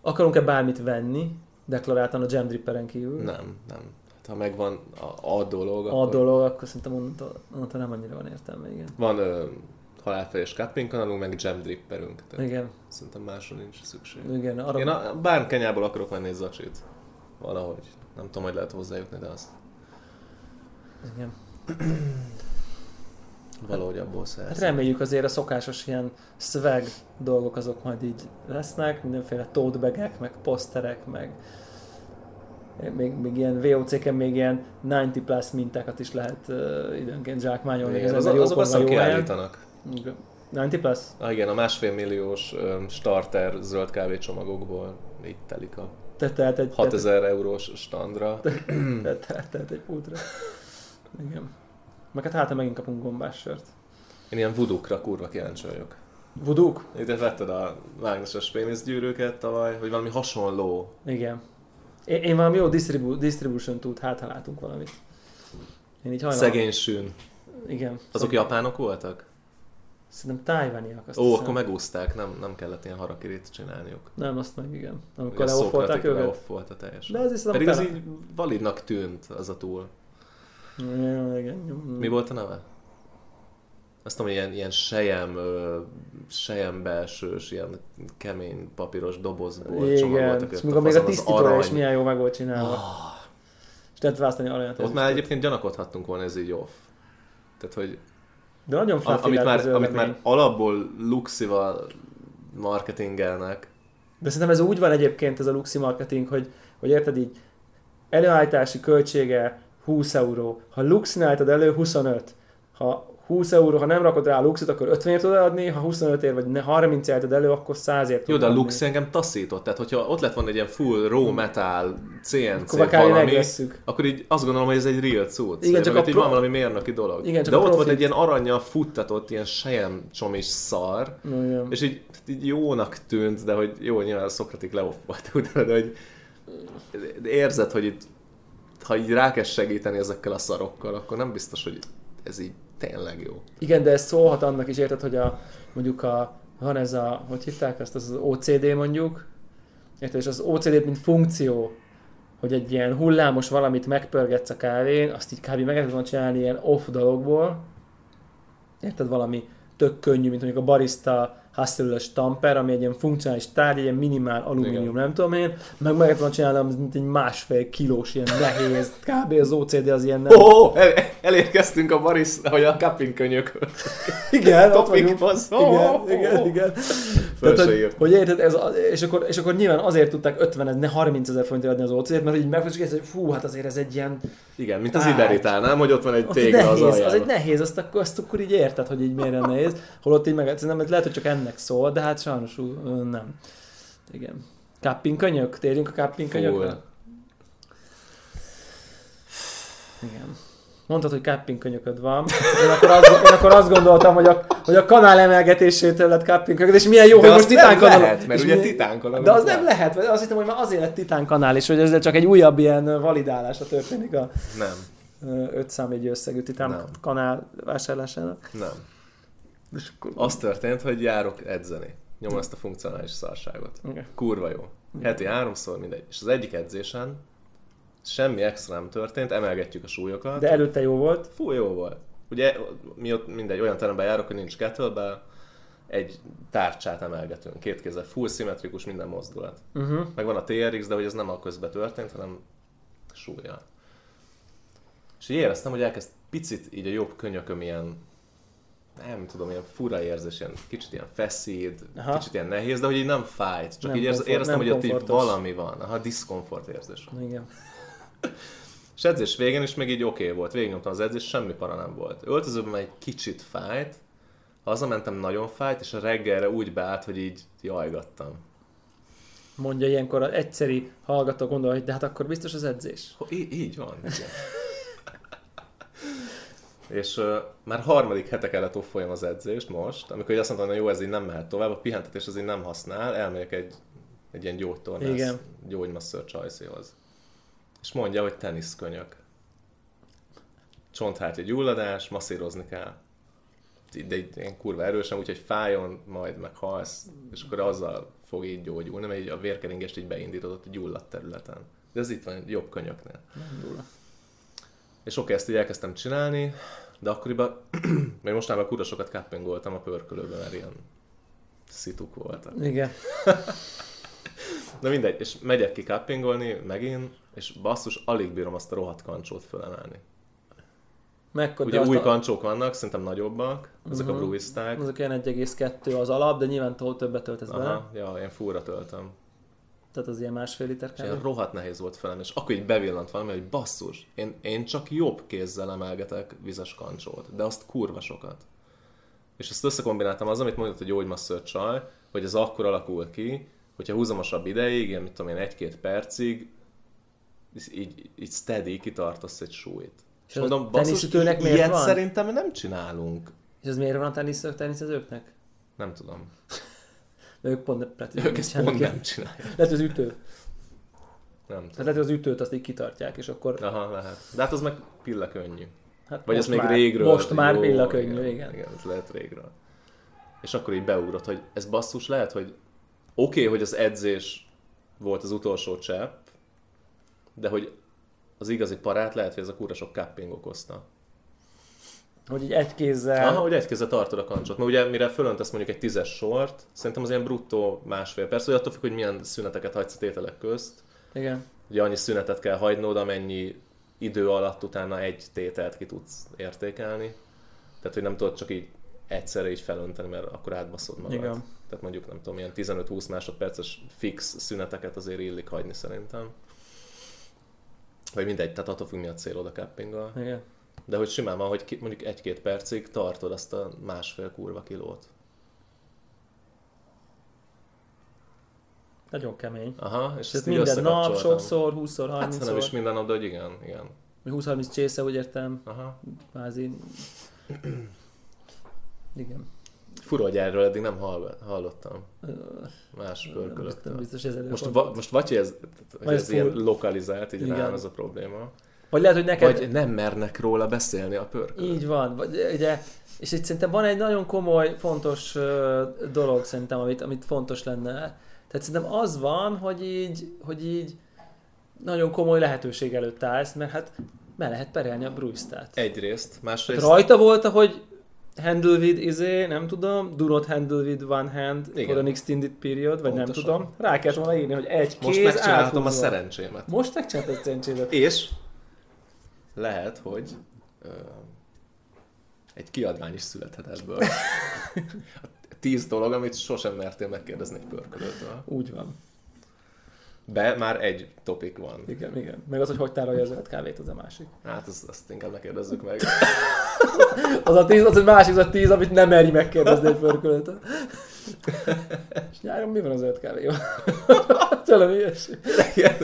B: Akarunk-e bármit venni? Deklaráltan a Jam Dripperen kívül.
A: Nem, nem. Hát, ha megvan a, a dolog,
B: Hm. A
A: akkor
B: dolog, akkor szerintem onnantól, onnantól nem annyira van értelme, igen.
A: van ö, halálfejés cupping kanalunk, meg jam dripperünk. Tehát
B: Igen,
A: szerintem másra nincs szükség.
B: igen, arra...
A: Én a bármkenyából akarok venni egy zacsit. Valahogy. Nem tudom, hogy lehet hozzájutni, de az
B: igen.
A: valahogy abból
B: Hát
A: szerz.
B: reméljük azért a szokásos ilyen swag dolgok azok majd így lesznek, mindenféle tote bagek, meg poszterek, meg még, még ilyen VOC-ken még ilyen 90 plus mintákat is lehet uh, időnként zsákmányolni.
A: Igen, az,
B: ember
A: azok
B: jókor
A: azt hiszem
B: van jó helyen.
A: kiállítanak.
B: Igen. 90 plus?
A: Ah, igen, a másfél milliós öm, starter zöld kávécsomagokból így telik a
B: Te tehát egy, te,
A: 6000 eurós standra.
B: te, te, tehát egy pultra. Igen. Meg hát hát megint kapunk gombás sört.
A: Én ilyen vudukra kurva kíváncsi vagyok.
B: Vuduk?
A: Itt vetted a mágneses péniszgyűrűket tavaly, hogy valami hasonló
B: Igen. Én, én valami jó distribu- distribution tud hátralátunk valamit. Én így hajlandó.
A: Szegény sűn.
B: Igen.
A: Azok japánok voltak?
B: Szerintem tájvániak. azt
A: Ó,
B: hiszem.
A: akkor megúzták, nem, nem kellett ilyen harakirit csinálniuk.
B: Nem, azt meg igen. Amikor
A: Amikor
B: leoffolták
A: Szokratik
B: őket.
A: leoff volt a teljes.
B: De ez Hmm. is
A: Pedig az
B: szerintem
A: így validnak tűnt az a túl.
B: Igen, igen. Mm.
A: Mi volt a neve? Azt tudom, ilyen, ilyen sejem, ö, sejem belsős, ilyen kemény papíros dobozból
B: Igen,
A: csomagoltak
B: és
A: őt
B: még a, még a
A: fazon, az
B: tisztítóra is
A: arany. Ah.
B: milyen jó meg volt csinálva. És lehet választani aranyat.
A: Ott már egyébként gyanakodhattunk volna, ez így off. Tehát, hogy
B: De nagyon
A: a,
B: fluffy
A: amit,
B: lett az
A: már, amit
B: öllemény.
A: már alapból luxival marketingelnek,
B: De szerintem ez úgy van egyébként ez a luxi marketing, hogy, hogy érted így, előállítási költsége 20 euró. Ha luxin állítod elő, 25. Ha 20 euró, ha nem rakod rá a luxit, akkor 50 tudod adni, ha 25 ér vagy ne- 30 ért adod elő, akkor 100 ért
A: Jó,
B: tudod
A: de a
B: adni.
A: Lux engem taszított, tehát hogyha ott lett volna egy ilyen full raw metal CNC
B: Akkor akár
A: valami,
B: megvesszük.
A: akkor így azt gondolom, hogy ez egy real cucc.
B: Igen,
A: Igen,
B: csak
A: csak
B: a
A: itt így
B: pro-
A: van valami mérnöki dolog.
B: Igen, csak
A: de
B: a
A: ott volt
B: profit-
A: egy ilyen aranyjal futtatott, ilyen sejem csomis szar,
B: Igen.
A: és így, így jónak tűnt, de hogy jó, nyilván a Szokratik leoppolt, tudod, hogy érzed, hogy itt, ha így rákes segíteni ezekkel a szarokkal, akkor nem biztos, hogy ez így tényleg jó.
B: Igen, de ez szólhat annak is, érted, hogy a, mondjuk a, van ez a, hogy hívták ezt, az, az OCD mondjuk, érted, és az OCD-t mint funkció, hogy egy ilyen hullámos valamit megpörgetsz a kávén, azt így kb. meg lehet volna csinálni ilyen off dologból, érted, valami tök könnyű, mint mondjuk a barista hustle tamper, ami egy ilyen funkcionális tárgy, egy ilyen minimál alumínium,
A: Igen.
B: nem tudom én, meg meg lehet volna csinálni, mint egy másfél kilós, ilyen nehéz, kb. az OCD az ilyen nem.
A: Ó, oh, el, elérkeztünk a Baris, hogy a Kapping könyök.
B: igen, ott vagyunk.
A: topikhoz.
B: Igen, igen, igen.
A: Föl
B: Tehát,
A: se
B: hogy,
A: írt.
B: hogy érted, ez, a- és, akkor, és akkor nyilván azért tudták 50 ne 30 ezer forintért adni az OC-t, mert így megfogjuk ezt, hogy fú, hát azért ez egy ilyen,
A: Igen, mint az
B: Ágy.
A: Iberitánál, hogy ott van egy
B: az
A: tégla az
B: nehéz, az,
A: aljában.
B: egy nehéz, azt akkor, azt akkor így érted, hogy így miért nem nehéz, holott így meg, szerintem ez lehet, hogy csak ennek szól, de hát sajnos ú, ö, nem. Igen. Kappin könyök, térjünk a kappin könyökre.
A: Fú,
B: Igen. Mondtad, hogy kappin könyököd van. Én akkor, azt, én akkor azt gondoltam, hogy a, hogy a kanál emelgetésétől lett kappin könyököd, és milyen jó,
A: De
B: hogy
A: most
B: most titán
A: titán
B: kanál.
A: lehet, mert
B: és
A: ugye
B: milyen-
A: titán kanál.
B: De az nem lehet, mert azt hittem, hogy már azért lett titán kanál is, hogy ezzel csak egy újabb ilyen validálása történik a
A: Nem,
B: ö, öt számjegyű összegű titán
A: Nem.
B: kanál vásárlásának.
A: nem. Az történt, hogy járok edzeni. Nyomom ezt a funkcionális szarságot.
B: Igen.
A: Kurva jó. Heti háromszor mindegy. És az egyik edzésen semmi extra nem történt, emelgetjük a súlyokat.
B: De előtte jó volt.
A: Fú, jó volt. Ugye mi ott mindegy, olyan teremben járok, hogy nincs kettlebell, egy tárcsát emelgetünk, két kézzel, full szimmetrikus minden mozdulat.
B: Uh-huh.
A: Meg van a TRX, de hogy ez nem a közben történt, hanem súlya. És így éreztem, hogy elkezd picit így a jobb könyököm ilyen, nem tudom, ilyen fura érzés, ilyen, kicsit ilyen feszéd,
B: Aha.
A: kicsit ilyen nehéz, de hogy így nem fájt. Csak
B: Nem
A: így érez,
B: komfort-
A: éreztem,
B: nem
A: hogy ott így
B: komfortos.
A: valami van. Aha, diszkomfort érzés.
B: Igen.
A: És edzés végén is még így oké okay volt, végignyomtam az edzést, semmi para nem volt. Öltözőben egy kicsit fájt, hazamentem, nagyon fájt, és a reggelre úgy beállt, hogy így jajgattam.
B: Mondja ilyenkor az egyszeri hallgató gondol, hogy de hát akkor biztos az edzés.
A: Ho- í- így van. Igen. és uh, már harmadik hete kellett offoljam az edzést most, amikor így azt mondtam, hogy jó, ez így nem mehet tovább, a pihentetés az így nem használ, elmegyek egy, egy ilyen gyógytornász,
B: Igen.
A: Igen. gyógymasször Csajcihoz. És mondja, hogy teniszkönyök. Csonthártya gyulladás, masszírozni kell. De így ilyen kurva erősen, úgyhogy fájon, majd meghalsz, és akkor azzal fog így gyógyulni, mert így a vérkeringést így beindítod ott a gyulladt területen. De ez itt van, jobb könyöknél.
B: Nem durva.
A: És oké, ezt így elkezdtem csinálni, de akkoriban, még mostanában kurva sokat kappingoltam a pörkölőben, mert ilyen szituk voltak.
B: Igen.
A: Na mindegy, és megyek ki kappingolni megint, és basszus, alig bírom azt a rohadt kancsót fölemelni.
B: Mekkora
A: Ugye
B: azt
A: új
B: a-
A: kancsók vannak, szerintem nagyobbak, ezek
B: Mhm.
A: a bruisták.
B: Azok ilyen 1,2 az alap, de nyilván tol többet töltesz bele.
A: Aha, ja, én fúra töltöm.
B: Tehát az ilyen másfél liter
A: És ilyen
B: kell.
A: rohadt nehéz volt felem, és akkor így bevillant valami, hogy basszus, én, én csak jobb kézzel emelgetek vizes kancsót, de azt kurva sokat. És ezt összekombináltam az, amit mondott a gyógymasször csaj, hogy ez akkor alakul ki, hogyha húzamosabb ideig, ilyen, mit tudom én, egy-két percig, így, így steady kitartasz egy súlyt.
B: És
A: És
B: az
A: mondom,
B: a
A: basszus,
B: teniszütőnek miért
A: ilyet
B: van?
A: szerintem nem csinálunk.
B: És ez miért van a tenisz, teniszezőknek?
A: Nem tudom.
B: De ők pont, lehet, hogy
A: Ők ezt
B: csinálnak
A: pont
B: ilyen-
A: nem csinálják.
B: Lehet, hogy az ütő.
A: Nem
B: Tehát
A: tudom.
B: lehet, hogy az ütőt azt így kitartják, és akkor
A: Aha, lehet. De hát az meg pilla könnyű.
B: hát
A: Vagy
B: most
A: ez még
B: már,
A: régről. hát
B: Most már
A: Jó,
B: pillakönnyű, igen.
A: Igen, ez lehet régről. És akkor így beugrott, hogy ez basszus lehet, hogy oké, okay, hogy az edzés volt az utolsó csepp, de hogy az igazi parát lehet, hogy ez a kurva sok cupping okozta.
B: Hogy így egy kézzel...
A: Aha, hogy egy kézzel tartod a kancsot. Mert ugye mire fölöntesz mondjuk egy tízes sort, szerintem az ilyen bruttó másfél perc, hogy attól függ, hogy milyen szüneteket hagysz a tételek közt.
B: Igen.
A: Ugye annyi szünetet kell hagynod, amennyi idő alatt utána egy tételt ki tudsz értékelni. Tehát, hogy nem tudod csak így egyszerre így felönteni, mert akkor átbaszod magad.
B: Igen.
A: Tehát mondjuk nem tudom, ilyen 15-20 másodperces fix szüneteket azért illik hagyni szerintem. Vagy mindegy, tehát attól függ mi a célod a cappinggal.
B: Igen.
A: De hogy simán van, hogy ki, mondjuk egy-két percig tartod azt a másfél kurva kilót.
B: Nagyon kemény.
A: Aha, és ezt
B: Tehát
A: így
B: minden nap,
A: összekapcsoltam.
B: sokszor, 20-szor,
A: Hát nem is
B: 30-szor,
A: minden nap, de hogy igen, igen.
B: vagy 20-30 csésze, úgy értem,
A: Aha.
B: kvázi. Igen.
A: Fura, hogy erről eddig nem hall, hallottam.
B: Ö,
A: Más
B: nem biztos-
A: pörkölöktől.
B: Nem biztos ez
A: Most,
B: előfordul.
A: va, most vagy hogy ez, hogy
B: Vagy
A: ez
B: ez
A: ilyen
B: full.
A: lokalizált, így
B: Igen.
A: rám ez a probléma.
B: Vagy lehet, hogy neked...
A: Vagy nem mernek róla beszélni a pörkölök.
B: Így van, vagy, ugye, és itt szerintem van egy nagyon komoly, fontos ö, dolog szerintem, amit, amit fontos lenne. Tehát szerintem az van, hogy így, hogy így nagyon komoly lehetőség előtt állsz, mert hát be lehet perelni a Bruistát.
A: Egyrészt, másrészt...
B: Rajta volt, ahogy handle with izé, nem tudom, do not handle with one hand Igen. for
A: Igen.
B: an extended period, vagy Pontosan. nem
A: Pontosan.
B: tudom. Rá kellett volna írni, hogy egy
A: most
B: kéz
A: megcsinálhatom a
B: áthúzva.
A: szerencsémet.
B: Most megcsináltad a szerencsédet.
A: És lehet, hogy ö, egy kiadvány is születhet ebből. A tíz dolog, amit sosem mertél megkérdezni egy pörkölőtől.
B: Úgy van.
A: De már egy topik van.
B: Igen, igen. Meg az, hogy hogy tárolja az öt kávét, az a másik.
A: Hát azt, azt inkább ne kérdezzük meg.
B: Az a tíz, az egy másik, az a tíz, amit nem meri megkérdezni egy pörkölőtől. És nyáron mi van az öt kávéval? Tőlem ilyesmi.
A: Igen.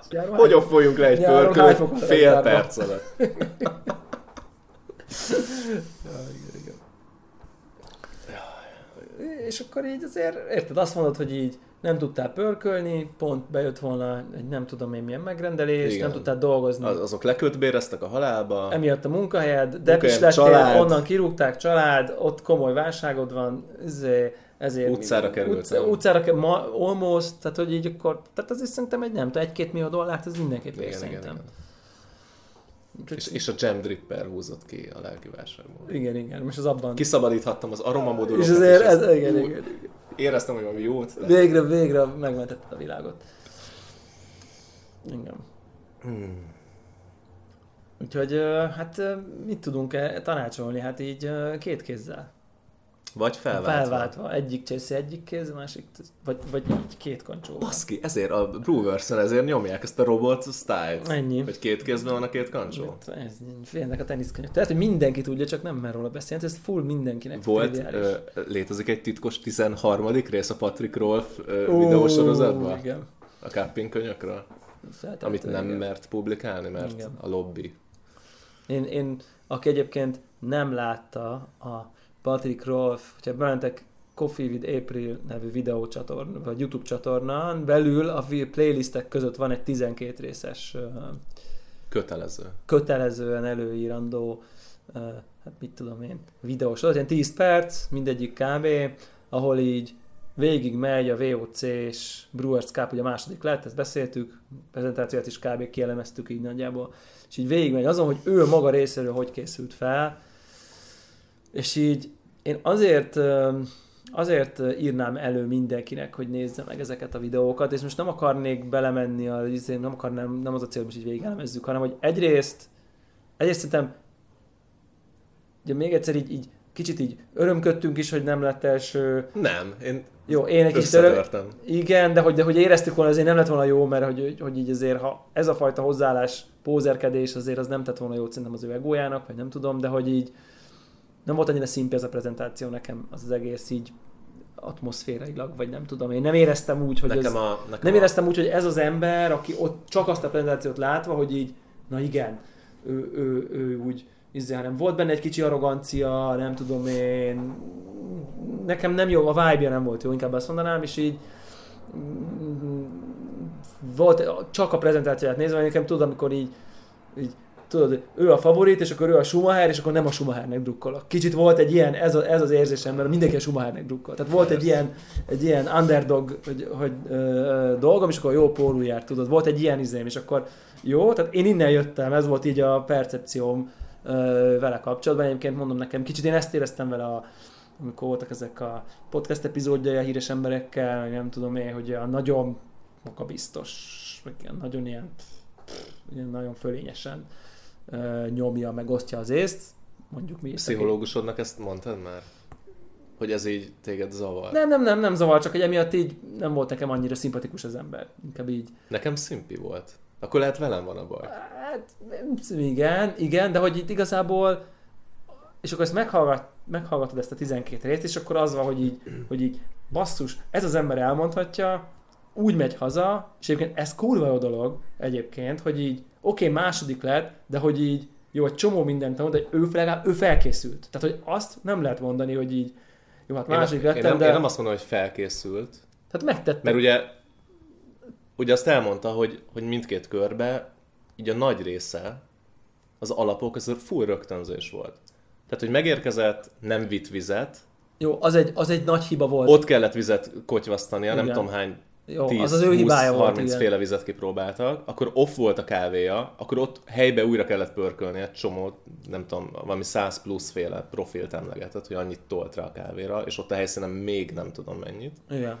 B: És nyáron hány-
A: Hogyan folyunk le egy
B: Nyáron hány
A: pörkölőt
B: fok van a
A: fél
B: raktárban?
A: perc alatt?
B: És akkor így azért, érted, azt mondod, hogy így nem tudtál pörkölni, pont bejött volna egy nem tudom én milyen megrendelés,
A: Igen.
B: nem tudtál dolgozni.
A: Az, azok lekötbéreztek a halálba.
B: Emiatt a munkahelyed, depis
A: Munkahelyed,
B: lettél,
A: család.
B: onnan kirúgták, család, ott komoly válságod van, izé, ezért...
A: Utcára kerültem.
B: Utca, utcára kerül, ma, almost, tehát hogy így akkor, tehát azért szerintem egy nem tudom, egy-két millió dollárt, ez mindenképp ér
A: igen, igen,
B: szerintem.
A: igen.
B: Úgyhogy-
A: És, és a Jam Dripper húzott ki a lelki válságból.
B: igen, igen, most az abban...
A: Kiszabadíthattam az aromamodulokat.
B: és azért,
A: ezt-
B: ez, igen,
A: ú,
B: igen,
A: Éreztem, hogy valami jót. De...
B: Végre, végre megmentette a világot. Igen.
A: Hmm.
B: Úgyhogy, ö, hát ö, mit tudunk -e tanácsolni? Hát így ö, két kézzel.
A: Vagy felváltva.
B: Felváltva. Egyik csészi egyik kéz, másik, vagy, vagy így két kancsóval.
A: Baszki, ezért a brewers ezért nyomják ezt a robot style-t.
B: Ennyi.
A: Hogy két kézben van a két kancsó.
B: Hát, Ez, félnek a teniszkönyv. Tehát, hogy mindenki tudja, csak nem mer róla beszélni, ez full mindenkinek
A: Volt,
B: triviális.
A: ö, létezik egy titkos 13. rész a Patrick Rolf ö,
B: Ó,
A: videósorozatban?
B: Igen.
A: A cupping könyökről?
B: Feltétlenül,
A: Hát, Amit nem
B: igen.
A: mert publikálni, mert
B: Igen.
A: a lobby.
B: Én, én, aki egyébként nem látta a Patrick Rolf, hogyha bementek Coffee with April nevű videócsatorna, vagy YouTube csatornán, belül a vi- playlistek között van egy 12 részes ö,
A: Kötelező.
B: kötelezően előírandó, ö, hát mit tudom én, videós, az ilyen 10 perc, mindegyik kb, ahol így végig megy a VOC és Brewers Cup, ugye a második lett, ezt beszéltük, prezentációt is kb. kielemeztük így nagyjából, és így végig megy azon, hogy ő maga részéről hogy készült fel, és így én azért ö, azért írnám elő mindenkinek, hogy nézze meg ezeket a videókat, és most nem akarnék belemenni a izé, nem akarnám, nem az a cél, hogy most így végigelemezzük, hanem hogy egyrészt, egyrészt szerintem ugye még egyszer így, így kicsit így örömködtünk is, hogy nem lett első.
A: Nem, én
B: Jó, én egy kicsit öröm,
A: összetörtem.
B: igen, de hogy, de hogy éreztük volna, azért nem lett volna jó, mert hogy, hogy így azért, ha ez a fajta hozzáállás, pózerkedés, azért az nem tett volna jót szerintem az ő egójának, vagy nem tudom, de hogy így nem volt annyira szimpi ez a prezentáció nekem, az, az egész így atmoszférailag, vagy nem tudom, én nem éreztem úgy, hogy ez...
A: Nekem a, nekem
B: Nem
A: a...
B: éreztem úgy, hogy ez az ember, aki ott csak azt a prezentációt látva, hogy így, na igen, ő, ő, ő úgy, izé, hanem volt benne egy kicsi arrogancia, nem tudom én, nekem nem jó, a vibe nem volt jó, inkább azt mondanám, és így mm, volt, csak a prezentációját nézve, nekem tudod, amikor így, így tudod, ő a favorit, és akkor ő a Schumacher, és akkor nem a Schumachernek drukkolok. Kicsit volt egy ilyen, ez, a, ez az érzésem, mert mindenki a Schumachernek drukkol. Tehát volt egy ilyen, egy ilyen underdog hogy, hogy, ö, dolgom, és akkor jó pólul járt, tudod. Volt egy ilyen izém, és akkor jó, tehát én innen jöttem, ez volt így a percepcióm ö, vele kapcsolatban. Egyébként mondom nekem, kicsit én ezt éreztem vele a, amikor voltak ezek a podcast epizódjai a híres emberekkel, meg nem tudom én, hogy a nagyon magabiztos, meg ilyen nagyon ilyen, ilyen nagyon fölényesen ö, nyomja, meg osztja az észt, mondjuk mi
A: Pszichológusodnak ezt mondtad már? Hogy ez így téged zavar?
B: Nem, nem, nem, nem zavar, csak hogy emiatt így nem volt nekem annyira szimpatikus az ember. Inkább így.
A: Nekem szimpi volt. Akkor lehet velem van a baj.
B: Hát, nem- igen, igen, de hogy itt igazából, és akkor ezt meghallgat, meghallgatod ezt a 12 részt, és akkor az van, hogy így, hogy így basszus, ez az ember elmondhatja, úgy megy haza, és egyébként ez kurva jó dolog egyébként, hogy így, oké, okay, második lett, de hogy így, jó, egy csomó mindent tanult, hogy ő, legalább, ő felkészült. Tehát, hogy azt nem lehet mondani, hogy így, jó, hát második
A: én,
B: lettem,
A: én, nem,
B: de...
A: én nem azt mondom, hogy felkészült,
B: Tehát megtette.
A: Mert ugye, ugye azt elmondta, hogy, hogy mindkét körbe így a nagy része, az alapok, ez a full rögtönzés volt. Tehát, hogy megérkezett, nem vitt vizet,
B: Jó, az egy, az egy nagy hiba volt.
A: ott kellett vizet kotyvasztania, nem
B: Igen.
A: tudom hány,
B: Jó,
A: 10,
B: az az ő
A: 20,
B: hibája
A: 30
B: volt, igen.
A: féle vizet kipróbáltak, akkor off volt a kávéja, akkor ott helybe újra kellett pörkölni egy csomó, nem tudom, valami 100 plusz féle profilt emlegetett, hogy annyit tolt rá a kávéra, és ott a helyszínen még nem tudom mennyit.
B: Igen.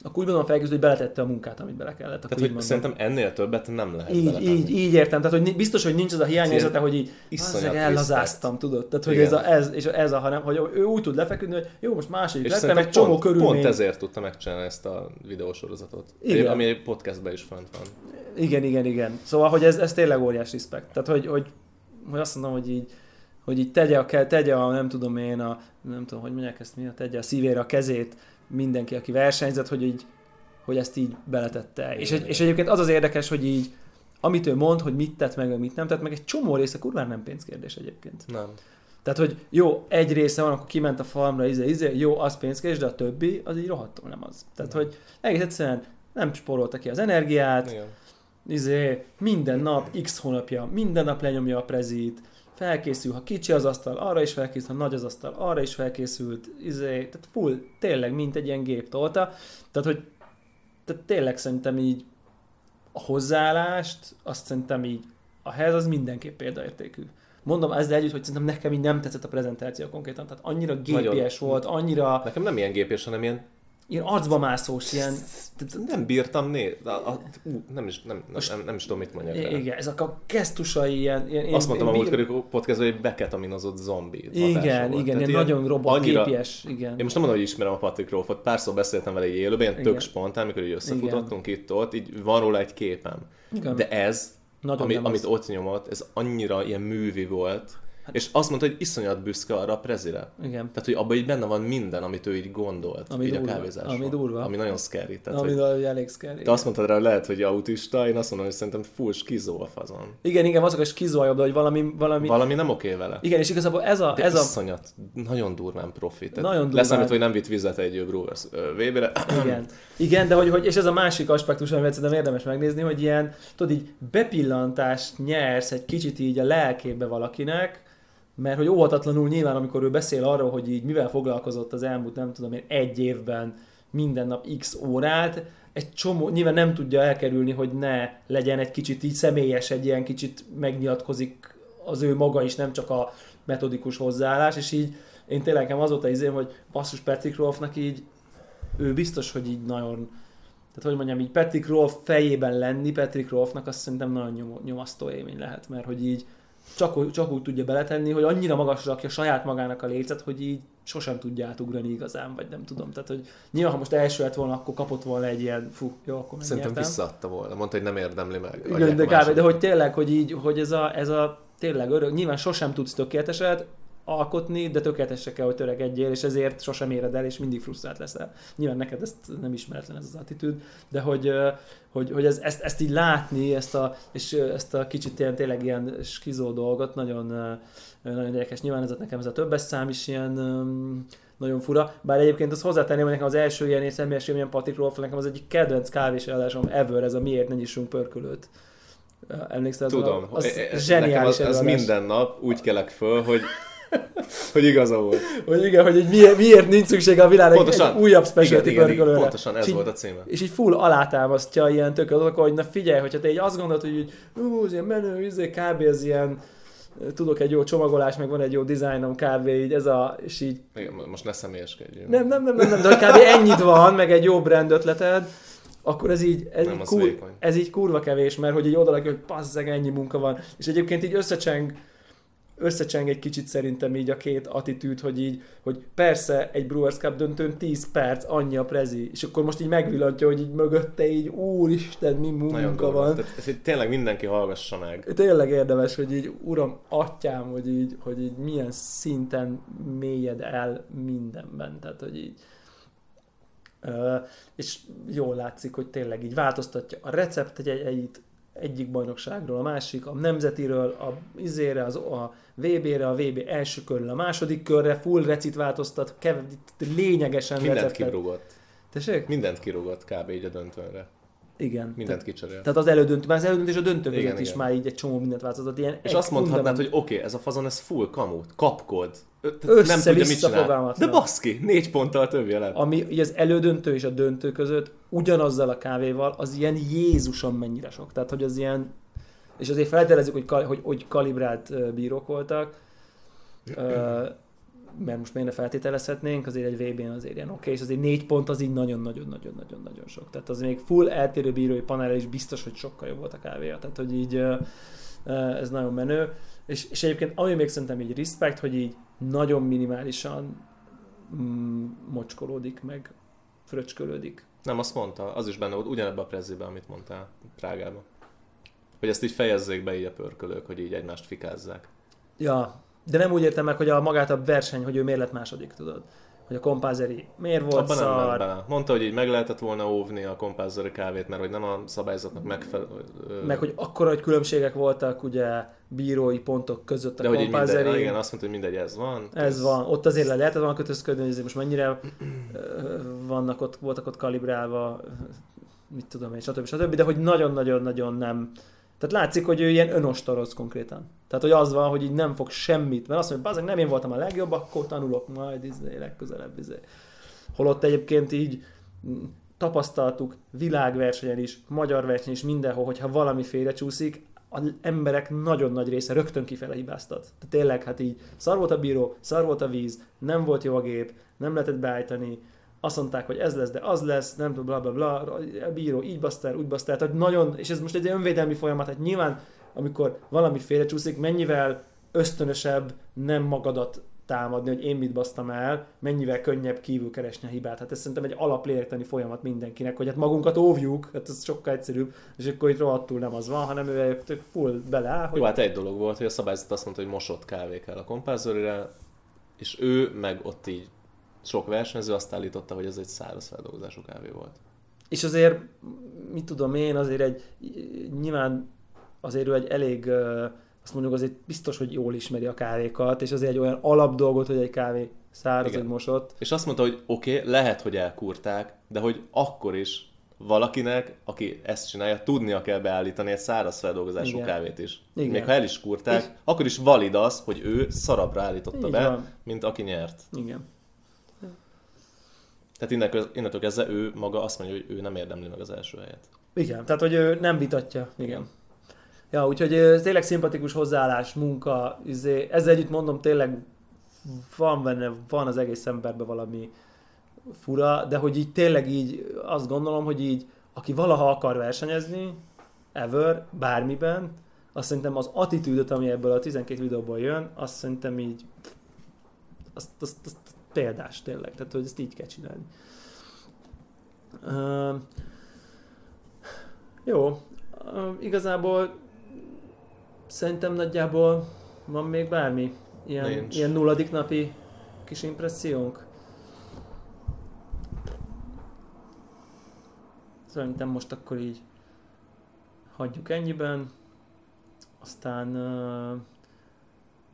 B: Akkor úgy gondolom felkészül, hogy beletette a munkát, amit bele kellett. Akkor
A: Tehát,
B: így
A: hogy
B: mondom.
A: szerintem ennél többet nem lehet
B: így,
A: beletenni.
B: így, így, értem. Tehát, hogy ni- biztos, hogy nincs az a hiányérzete, hogy így
A: iszonyat
B: "Bazzeg,
A: respekt."
B: ellazáztam, tudod? Tehát, hogy
A: Igen.
B: ez, a, ez, és ez a, hanem, hogy ő úgy tud lefeküdni, hogy jó, most második
A: És
B: lettem, egy
A: szerintem
B: csomó
A: pont,
B: körülmény.
A: Pont ezért tudta megcsinálni ezt a videósorozatot.
B: Igen.
A: Igen. Ami egy podcastben is fent van.
B: Igen, igen, igen. Szóval, hogy ez, ez tényleg óriás respekt. Tehát, hogy, hogy, hogy azt mondom, hogy így, hogy így tegye a, ke- tegye a, nem tudom én, a, nem tudom, hogy mondják ezt mi, a tegye a szívére a kezét mindenki, aki versenyzett, hogy így, hogy ezt így beletette. És, egy, és egyébként az az érdekes, hogy így, amit ő mond, hogy mit tett meg, meg mit nem tett meg, egy csomó része kurván nem pénzkérdés egyébként.
A: Nem.
B: Tehát, hogy jó, egy része van, akkor kiment a farmra, izé, izé, jó, az pénzkés, de a többi, az így rohadtul nem az. Tehát, hogy egész egyszerűen nem spórolta ki az energiát,
A: Igen.
B: izé, minden nap, x hónapja, minden nap lenyomja a prezit, felkészül, ha kicsi az asztal, arra is felkészül, ha nagy az asztal, arra is felkészült, izé, tehát full, tényleg, mint egy ilyen gép tolta, tehát hogy tehát tényleg szerintem így a hozzáállást, azt szerintem így a helyez az mindenképp példaértékű. Mondom ezzel együtt, hogy szerintem nekem így nem tetszett a prezentáció konkrétan, tehát annyira
A: Nagyon.
B: gépies volt, annyira
A: Nekem nem ilyen gépés, hanem ilyen
B: ilyen arcba mászós, ilyen... tehát-
A: nem bírtam nézni. A, a, ú, nem, is, nem, nem, nem, nem is tudom, mit mondjak rá.
B: Igen, ezek a gesztusai ilyen... ilyen
A: Azt mondtam a
B: bírom-
A: múltkori podcastban, hogy beketaminozott zombi.
B: Igen, igen, ilyen nagyon robot
A: annyira, Én
B: gépies, igen.
A: most nem mondom, hogy ismerem a Patrick Rolfot, párszor beszéltem vele egy élőben, ilyen
B: Igen.
A: tök spontán, amikor így összefutottunk itt-ott, így van róla egy képem.
B: igen.
A: De ez,
B: Nagyon
A: ami,
B: nem
A: amit
B: az.
A: ott nyomott, ez annyira ilyen művi volt,
B: Hát-
A: és azt mondta, hogy iszonyat büszke arra a prezire.
B: igen.
A: Tehát, hogy abban így benne van minden, amit ő így gondolt,
B: Ami
A: ami így
B: durva.
A: a kávézáson.
B: Ami durva.
A: Ami nagyon scary. Tehát,
B: Ami
A: hogy
B: hogy... elég scary.
A: te azt mondtad rá, hogy lehet, hogy autista, én azt mondom, hogy szerintem full skizó a fazon.
B: Igen, igen, azok a skizoljabb, de hogy valami, valami...
A: Valami nem oké vele.
B: Igen, és igazából ez a...
A: De
B: ez a...
A: iszonyat, nagyon durván profi. Tehát
B: Nagyon durván.
A: Leszámít, hogy nem vitt vizet egy Brewers vb
B: Igen. igen, de hogy, hogy, és ez a másik aspektus, amit szerintem érdemes megnézni, hogy ilyen, tudod, így bepillantást nyersz egy kicsit így a lelkébe valakinek, mert hogy óhatatlanul nyilván, amikor ő beszél arról, hogy így mivel foglalkozott az elmúlt, nem tudom én, egy évben minden nap x órát, egy csomó, nyilván nem tudja elkerülni, hogy ne legyen egy kicsit így személyes, egy ilyen kicsit megnyilatkozik az ő maga is, nem csak a metodikus hozzáállás, és így én tényleg nekem az volt a izém, hogy basszus Patrick Rolfnak így ő biztos, hogy így nagyon tehát hogy mondjam, így Patrick Rolf fejében lenni, Patrick Rolfnak azt szerintem nagyon nyom, nyomasztó élmény lehet, mert hogy így csak, úgy- csak úgy tudja beletenni, hogy annyira magasra rakja saját magának a lécet, hogy így sosem tudja átugrani igazán, vagy nem tudom. Tehát, hogy nyilván, ha most első lett volna, akkor kapott volna egy ilyen, fú, jó, akkor
A: Szerintem
B: megnyertem.
A: visszaadta volna. Mondta, hogy nem érdemli meg. Adják
B: Igen, de
A: a
B: kb.
A: másiknak.
B: De hogy tényleg, hogy így, hogy ez a, ez a tényleg örök, nyilván sosem tudsz tökéleteset, alkotni, de tökéletesre kell, hogy töregedjél, és ezért sosem éred el, és mindig frusztrált leszel. Nyilván neked ezt nem ismeretlen ez az attitűd, de hogy, hogy, hogy ez, ezt, ezt így látni, ezt a, és ezt a kicsit ilyen, tényleg ilyen skizó dolgot, nagyon, nagyon érdekes. Nyilván ez a, nekem ez a többes szám is ilyen nagyon fura. Bár egyébként azt hozzátenném, hogy nekem az első ilyen személyes ilyen Patrick Rolf, nekem az egyik kedvenc kávés eladásom ever, ez a miért ne nyissunk pörkölőt. Emlékszel?
A: Tudom,
B: Az,
A: E- e- nekem
B: az zseniális
A: az, az
B: előadás.
A: minden nap úgy kelek föl, hogy, hogy igaza volt.
B: Hogy igen, hogy így miért, miért nincs szüksége a világ egy,
A: Pontosan.
B: egy újabb specialty
A: igen, igen, igen,
B: pörkölőre.
A: pontosan ez
B: és így,
A: volt a címe.
B: És így full alátámasztja ilyen tök az hogy na figyelj, hogyha te így azt gondolod, hogy így, ú, ez ilyen menő, izé, kb. ez ilyen, tudok egy jó csomagolás, meg van egy jó dizájnom kb. így ez a, és így
A: Igen, most ne személyeskedjünk.
B: nem, nem, nem, nem, nem, de hogy kb. ennyit van, meg egy jó brand ötleted, akkor ez így, ez,
A: Nem,
B: így,
A: az
B: kur,
A: vékony.
B: ez így kurva kevés, mert hogy így odarakja, hogy passzeg, ennyi munka van. És egyébként így összecseng, összecseng egy kicsit szerintem így a két attitűd, hogy így, hogy persze egy Brewers Cup döntőn 10 perc, annyi a prezi, és akkor most így megvillantja, hogy így mögötte így, úristen, mi
A: Nagyon
B: munka
A: durva.
B: van.
A: Tehát, ez így tényleg mindenki hallgassa meg.
B: Tényleg érdemes, hogy így, uram, atyám, hogy így, hogy így milyen szinten mélyed el mindenben, tehát hogy így. Ö, és jól látszik, hogy tényleg így változtatja a receptjeit egyik bajnokságról a másik, a nemzetiről, a izére, az, a VB-re, a VB első körről a második körre, full recit változtat, kev, lényegesen
A: Mindent
B: receptet.
A: kirúgott.
B: Tessék?
A: Mindent kirúgott kb. így a döntőnre.
B: Igen.
A: Mindent kicserél.
B: Tehát az elődöntő, már az elődöntő és a döntő
A: Igen,
B: között is
A: igen.
B: már így egy csomó mindent változott. Ilyen
A: És
B: egy
A: azt mondhatnád,
B: fundament-
A: hogy oké, okay, ez a fazon, ez full kamut, kapkod. Ö- tehát
B: Össze-
A: nem tudja, mit
B: vissza
A: csinál. De
B: fogalmatlan.
A: baszki, négy ponttal több lett.
B: ami ugye az elődöntő és a döntő között ugyanazzal a kávéval, az ilyen Jézusom mennyire sok. Tehát, hogy az ilyen, és azért feltelezzük, hogy, kal- hogy, hogy kalibrált ö, bírók voltak, Ö, mert most miért ne feltételezhetnénk, azért egy VB-n azért ilyen oké, és azért négy pont az így nagyon-nagyon-nagyon-nagyon-nagyon sok. Tehát az még full eltérő bírói panel is biztos, hogy sokkal jobb volt a kávéja. Tehát, hogy így ö, ö, ez nagyon menő. És, és egyébként ami még szerintem így respect, hogy így nagyon minimálisan mm, mocskolódik, meg fröcskölődik.
A: Nem, azt mondta, az is benne volt, ugyanebben a preziben, amit mondtál Prágában. Hogy ezt így fejezzék be így a pörkölők, hogy így egymást fikázzák.
B: Ja, de nem úgy értem meg, hogy a magát a verseny, hogy ő miért lett második, tudod? Hogy a kompázeri miért volt
A: Abban nem ment
B: szar,
A: bele. Mondta, hogy így meg lehetett volna óvni a kompázori kávét, mert hogy nem a szabályzatnak megfelelő.
B: meg hogy akkora, hogy különbségek voltak ugye bírói pontok között a
A: de hogy így
B: kompázeri.
A: minden, igen, azt mondta, hogy mindegy, ez van.
B: Ez van, ott azért le lehetett volna kötözködni, hogy ezért most mennyire ö, vannak ott, voltak ott kalibrálva, ö, mit tudom én, stb. stb. De hogy nagyon-nagyon-nagyon nem. Tehát látszik, hogy ő ilyen önostoroz konkrétan. Tehát, hogy az van, hogy így nem fog semmit, mert azt mondja, bazeg, nem én voltam a legjobb, akkor tanulok majd, izé, legközelebb, izé. Holott egyébként így mm, tapasztaltuk világversenyen is, magyar versenyen is, mindenhol, hogyha valami félrecsúszik, az emberek nagyon nagy része rögtön kifele hibáztat. Tehát tényleg, hát így szar volt a bíró, szar volt a víz, nem volt jó a gép, nem lehetett beállítani, azt mondták, hogy ez lesz, de az lesz, nem tudom, bla bla bla, a bíró így basztál, úgy basztál, tehát nagyon, és ez most egy önvédelmi folyamat, tehát nyilván, amikor valami félrecsúszik, mennyivel ösztönösebb nem magadat támadni, hogy én mit basztam el, mennyivel könnyebb kívül keresni a hibát. Hát ez szerintem egy alaplélektani folyamat mindenkinek, hogy hát magunkat óvjuk, hát ez sokkal egyszerűbb, és akkor itt rohadtul nem az van, hanem ő tök full beleáll, hogy
A: Jó, hát egy dolog volt, hogy a szabályzat azt mondta, hogy mosott kávé kell a kompázorira, és ő meg ott így sok versenyző azt állította, hogy ez egy száraz feldolgozású kávé volt.
B: És azért, mit tudom én, azért egy, nyilván azért ő egy elég, ö, azt mondjuk azért biztos, hogy jól ismeri a kávékat, és azért egy olyan alapdolgot, hogy egy kávé száraz,
A: Igen.
B: hogy mosott.
A: És azt mondta, hogy oké, okay, lehet, hogy elkúrták, de hogy akkor is valakinek, aki ezt csinálja, tudnia kell beállítani egy száraz feldolgozású
B: Igen.
A: kávét is.
B: Igen.
A: Még ha el is kúrták,
B: És-
A: akkor is valid az, hogy ő szarabra állította
B: Így
A: be,
B: van.
A: mint aki nyert.
B: Igen.
A: Tehát innen, innentől kezdve ő maga azt mondja, hogy ő nem érdemli meg az első helyet.
B: Igen, tehát hogy ő nem vitatja. Igen. Ja, úgyhogy ö, tényleg szimpatikus hozzáállás, munka, izé, ezzel együtt mondom, tényleg van benne, van az egész emberben valami fura, de hogy így tényleg így azt gondolom, hogy így aki valaha akar versenyezni, ever, bármiben, azt szerintem az attitűdöt, ami ebből a 12 videóból jön, azt szerintem így azt, azt, azt példás tényleg, tehát hogy ezt így kell csinálni. Ö, jó, Ö, igazából szerintem nagyjából van még bármi. Ilyen,
A: Nincs.
B: ilyen nulladik napi kis impressziónk? Szerintem most akkor így hagyjuk ennyiben. Aztán ö,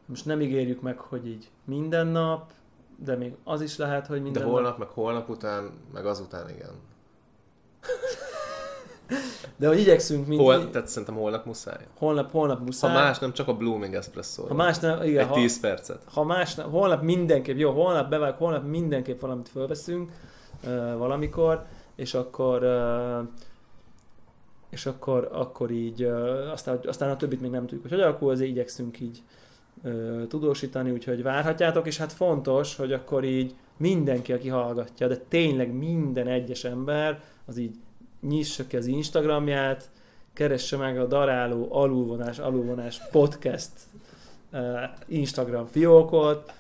B: most nem ígérjük meg, hogy így minden nap, de még az is lehet, hogy minden
A: De
B: nap.
A: holnap, meg holnap után, meg azután igen.
B: De hogy igyekszünk mindig.
A: Hol,
B: Hol...
A: tehát szerintem holnap muszáj.
B: Holnap, holnap
A: Ha
B: muszáj.
A: más, nem csak a Blooming Espresso.
B: ha más nem, igen,
A: Egy
B: ha,
A: 10 percet.
B: ha más nem, holnap mindenképp, jó, holnap bevág, holnap mindenképp valamit fölveszünk ö, valamikor, és akkor ö, és akkor, akkor így, ö, aztán, aztán a többit még nem tudjuk, hogy hogy alakul, azért igyekszünk így ö, tudósítani, úgyhogy várhatjátok, és hát fontos, hogy akkor így mindenki, aki hallgatja, de tényleg minden egyes ember, az így nyissa ki az Instagramját, keresse meg a daráló alulvonás, alulvonás podcast ö, Instagram fiókot,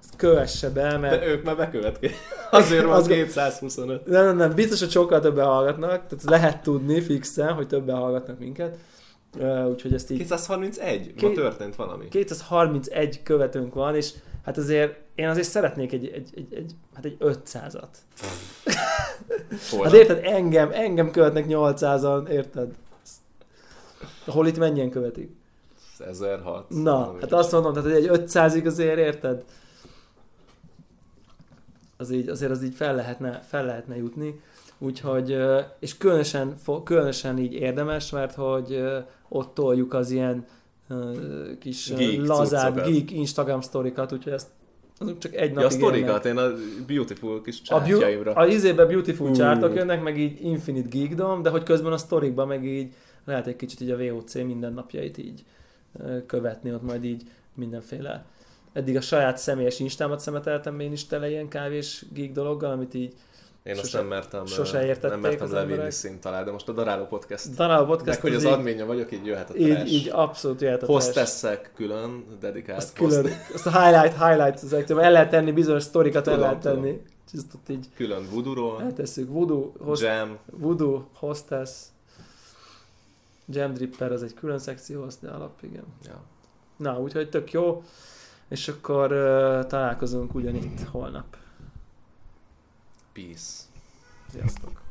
B: ezt kövesse be, mert
A: De ők már bekövetkezik. Azért van
B: Az-
A: 225.
B: nem, nem, nem, biztos, hogy sokkal többen hallgatnak, tehát lehet tudni fixen, hogy többen hallgatnak minket. Ö, Úgyhogy ezt így
A: 231?
B: Két-
A: Ma történt valami.
B: 231 követőnk van, és hát azért én azért szeretnék egy, egy, egy, egy hát egy 500-at. Hát
A: Holnap.
B: érted, engem, engem követnek 800-an, érted? Hol itt mennyien követik?
A: 1006.
B: Na,
A: valami
B: hát
A: ilyesmi.
B: azt mondom, tehát egy 500-ig azért érted? Az így, azért az így fel lehetne, fel lehetne jutni. Úgyhogy, ö, és különösen, fo- különösen így érdemes, mert hogy ö, ott toljuk az ilyen ö, kis geek
A: Geek
B: lazább
A: cuccokat.
B: geek Instagram sztorikat, úgyhogy ezt azok csak egy
A: Ja, a
B: napig
A: sztorikat, én a beautiful kis
B: a,
A: csátjaimra.
B: bu- a izé- izébe beautiful
A: Ú.
B: csártok jönnek, meg így infinite geekdom, de hogy közben a sztorikban meg így lehet egy kicsit így a VOC mindennapjait így ö, követni, ott majd így mindenféle. Eddig a saját személyes instámat szemeteltem én is tele ilyen kávés geek dologgal, amit így
A: Én azt
B: sose-
A: nem mertem,
B: sose
A: nem
B: értették
A: mertem
B: az
A: levinni
B: emberek.
A: szint alá, de most a daráló podcast.
B: talán a
A: Meg
B: podcast
A: hogy az
B: így,
A: adminja vagyok, így jöhet a
B: így,
A: trash.
B: így, abszolút jöhet a trash.
A: Hostessek külön, dedikált
B: Azt
A: Azt
B: külön, azt a highlight, highlights az egyszerűen el lehet tenni, bizonyos sztorikat el
A: Tudom,
B: lehet
A: tudom.
B: tenni. Ezt ott így
A: külön voodoo
B: eltesszük. Voodoo, host,
A: jam,
B: Voodoo, Hostess, Jam Dripper, az egy külön szekció, az de alap, igen.
A: ja.
B: Na, úgyhogy tök jó, és akkor uh, találkozunk ugyanitt holnap.
A: peace.
B: Sziasztok!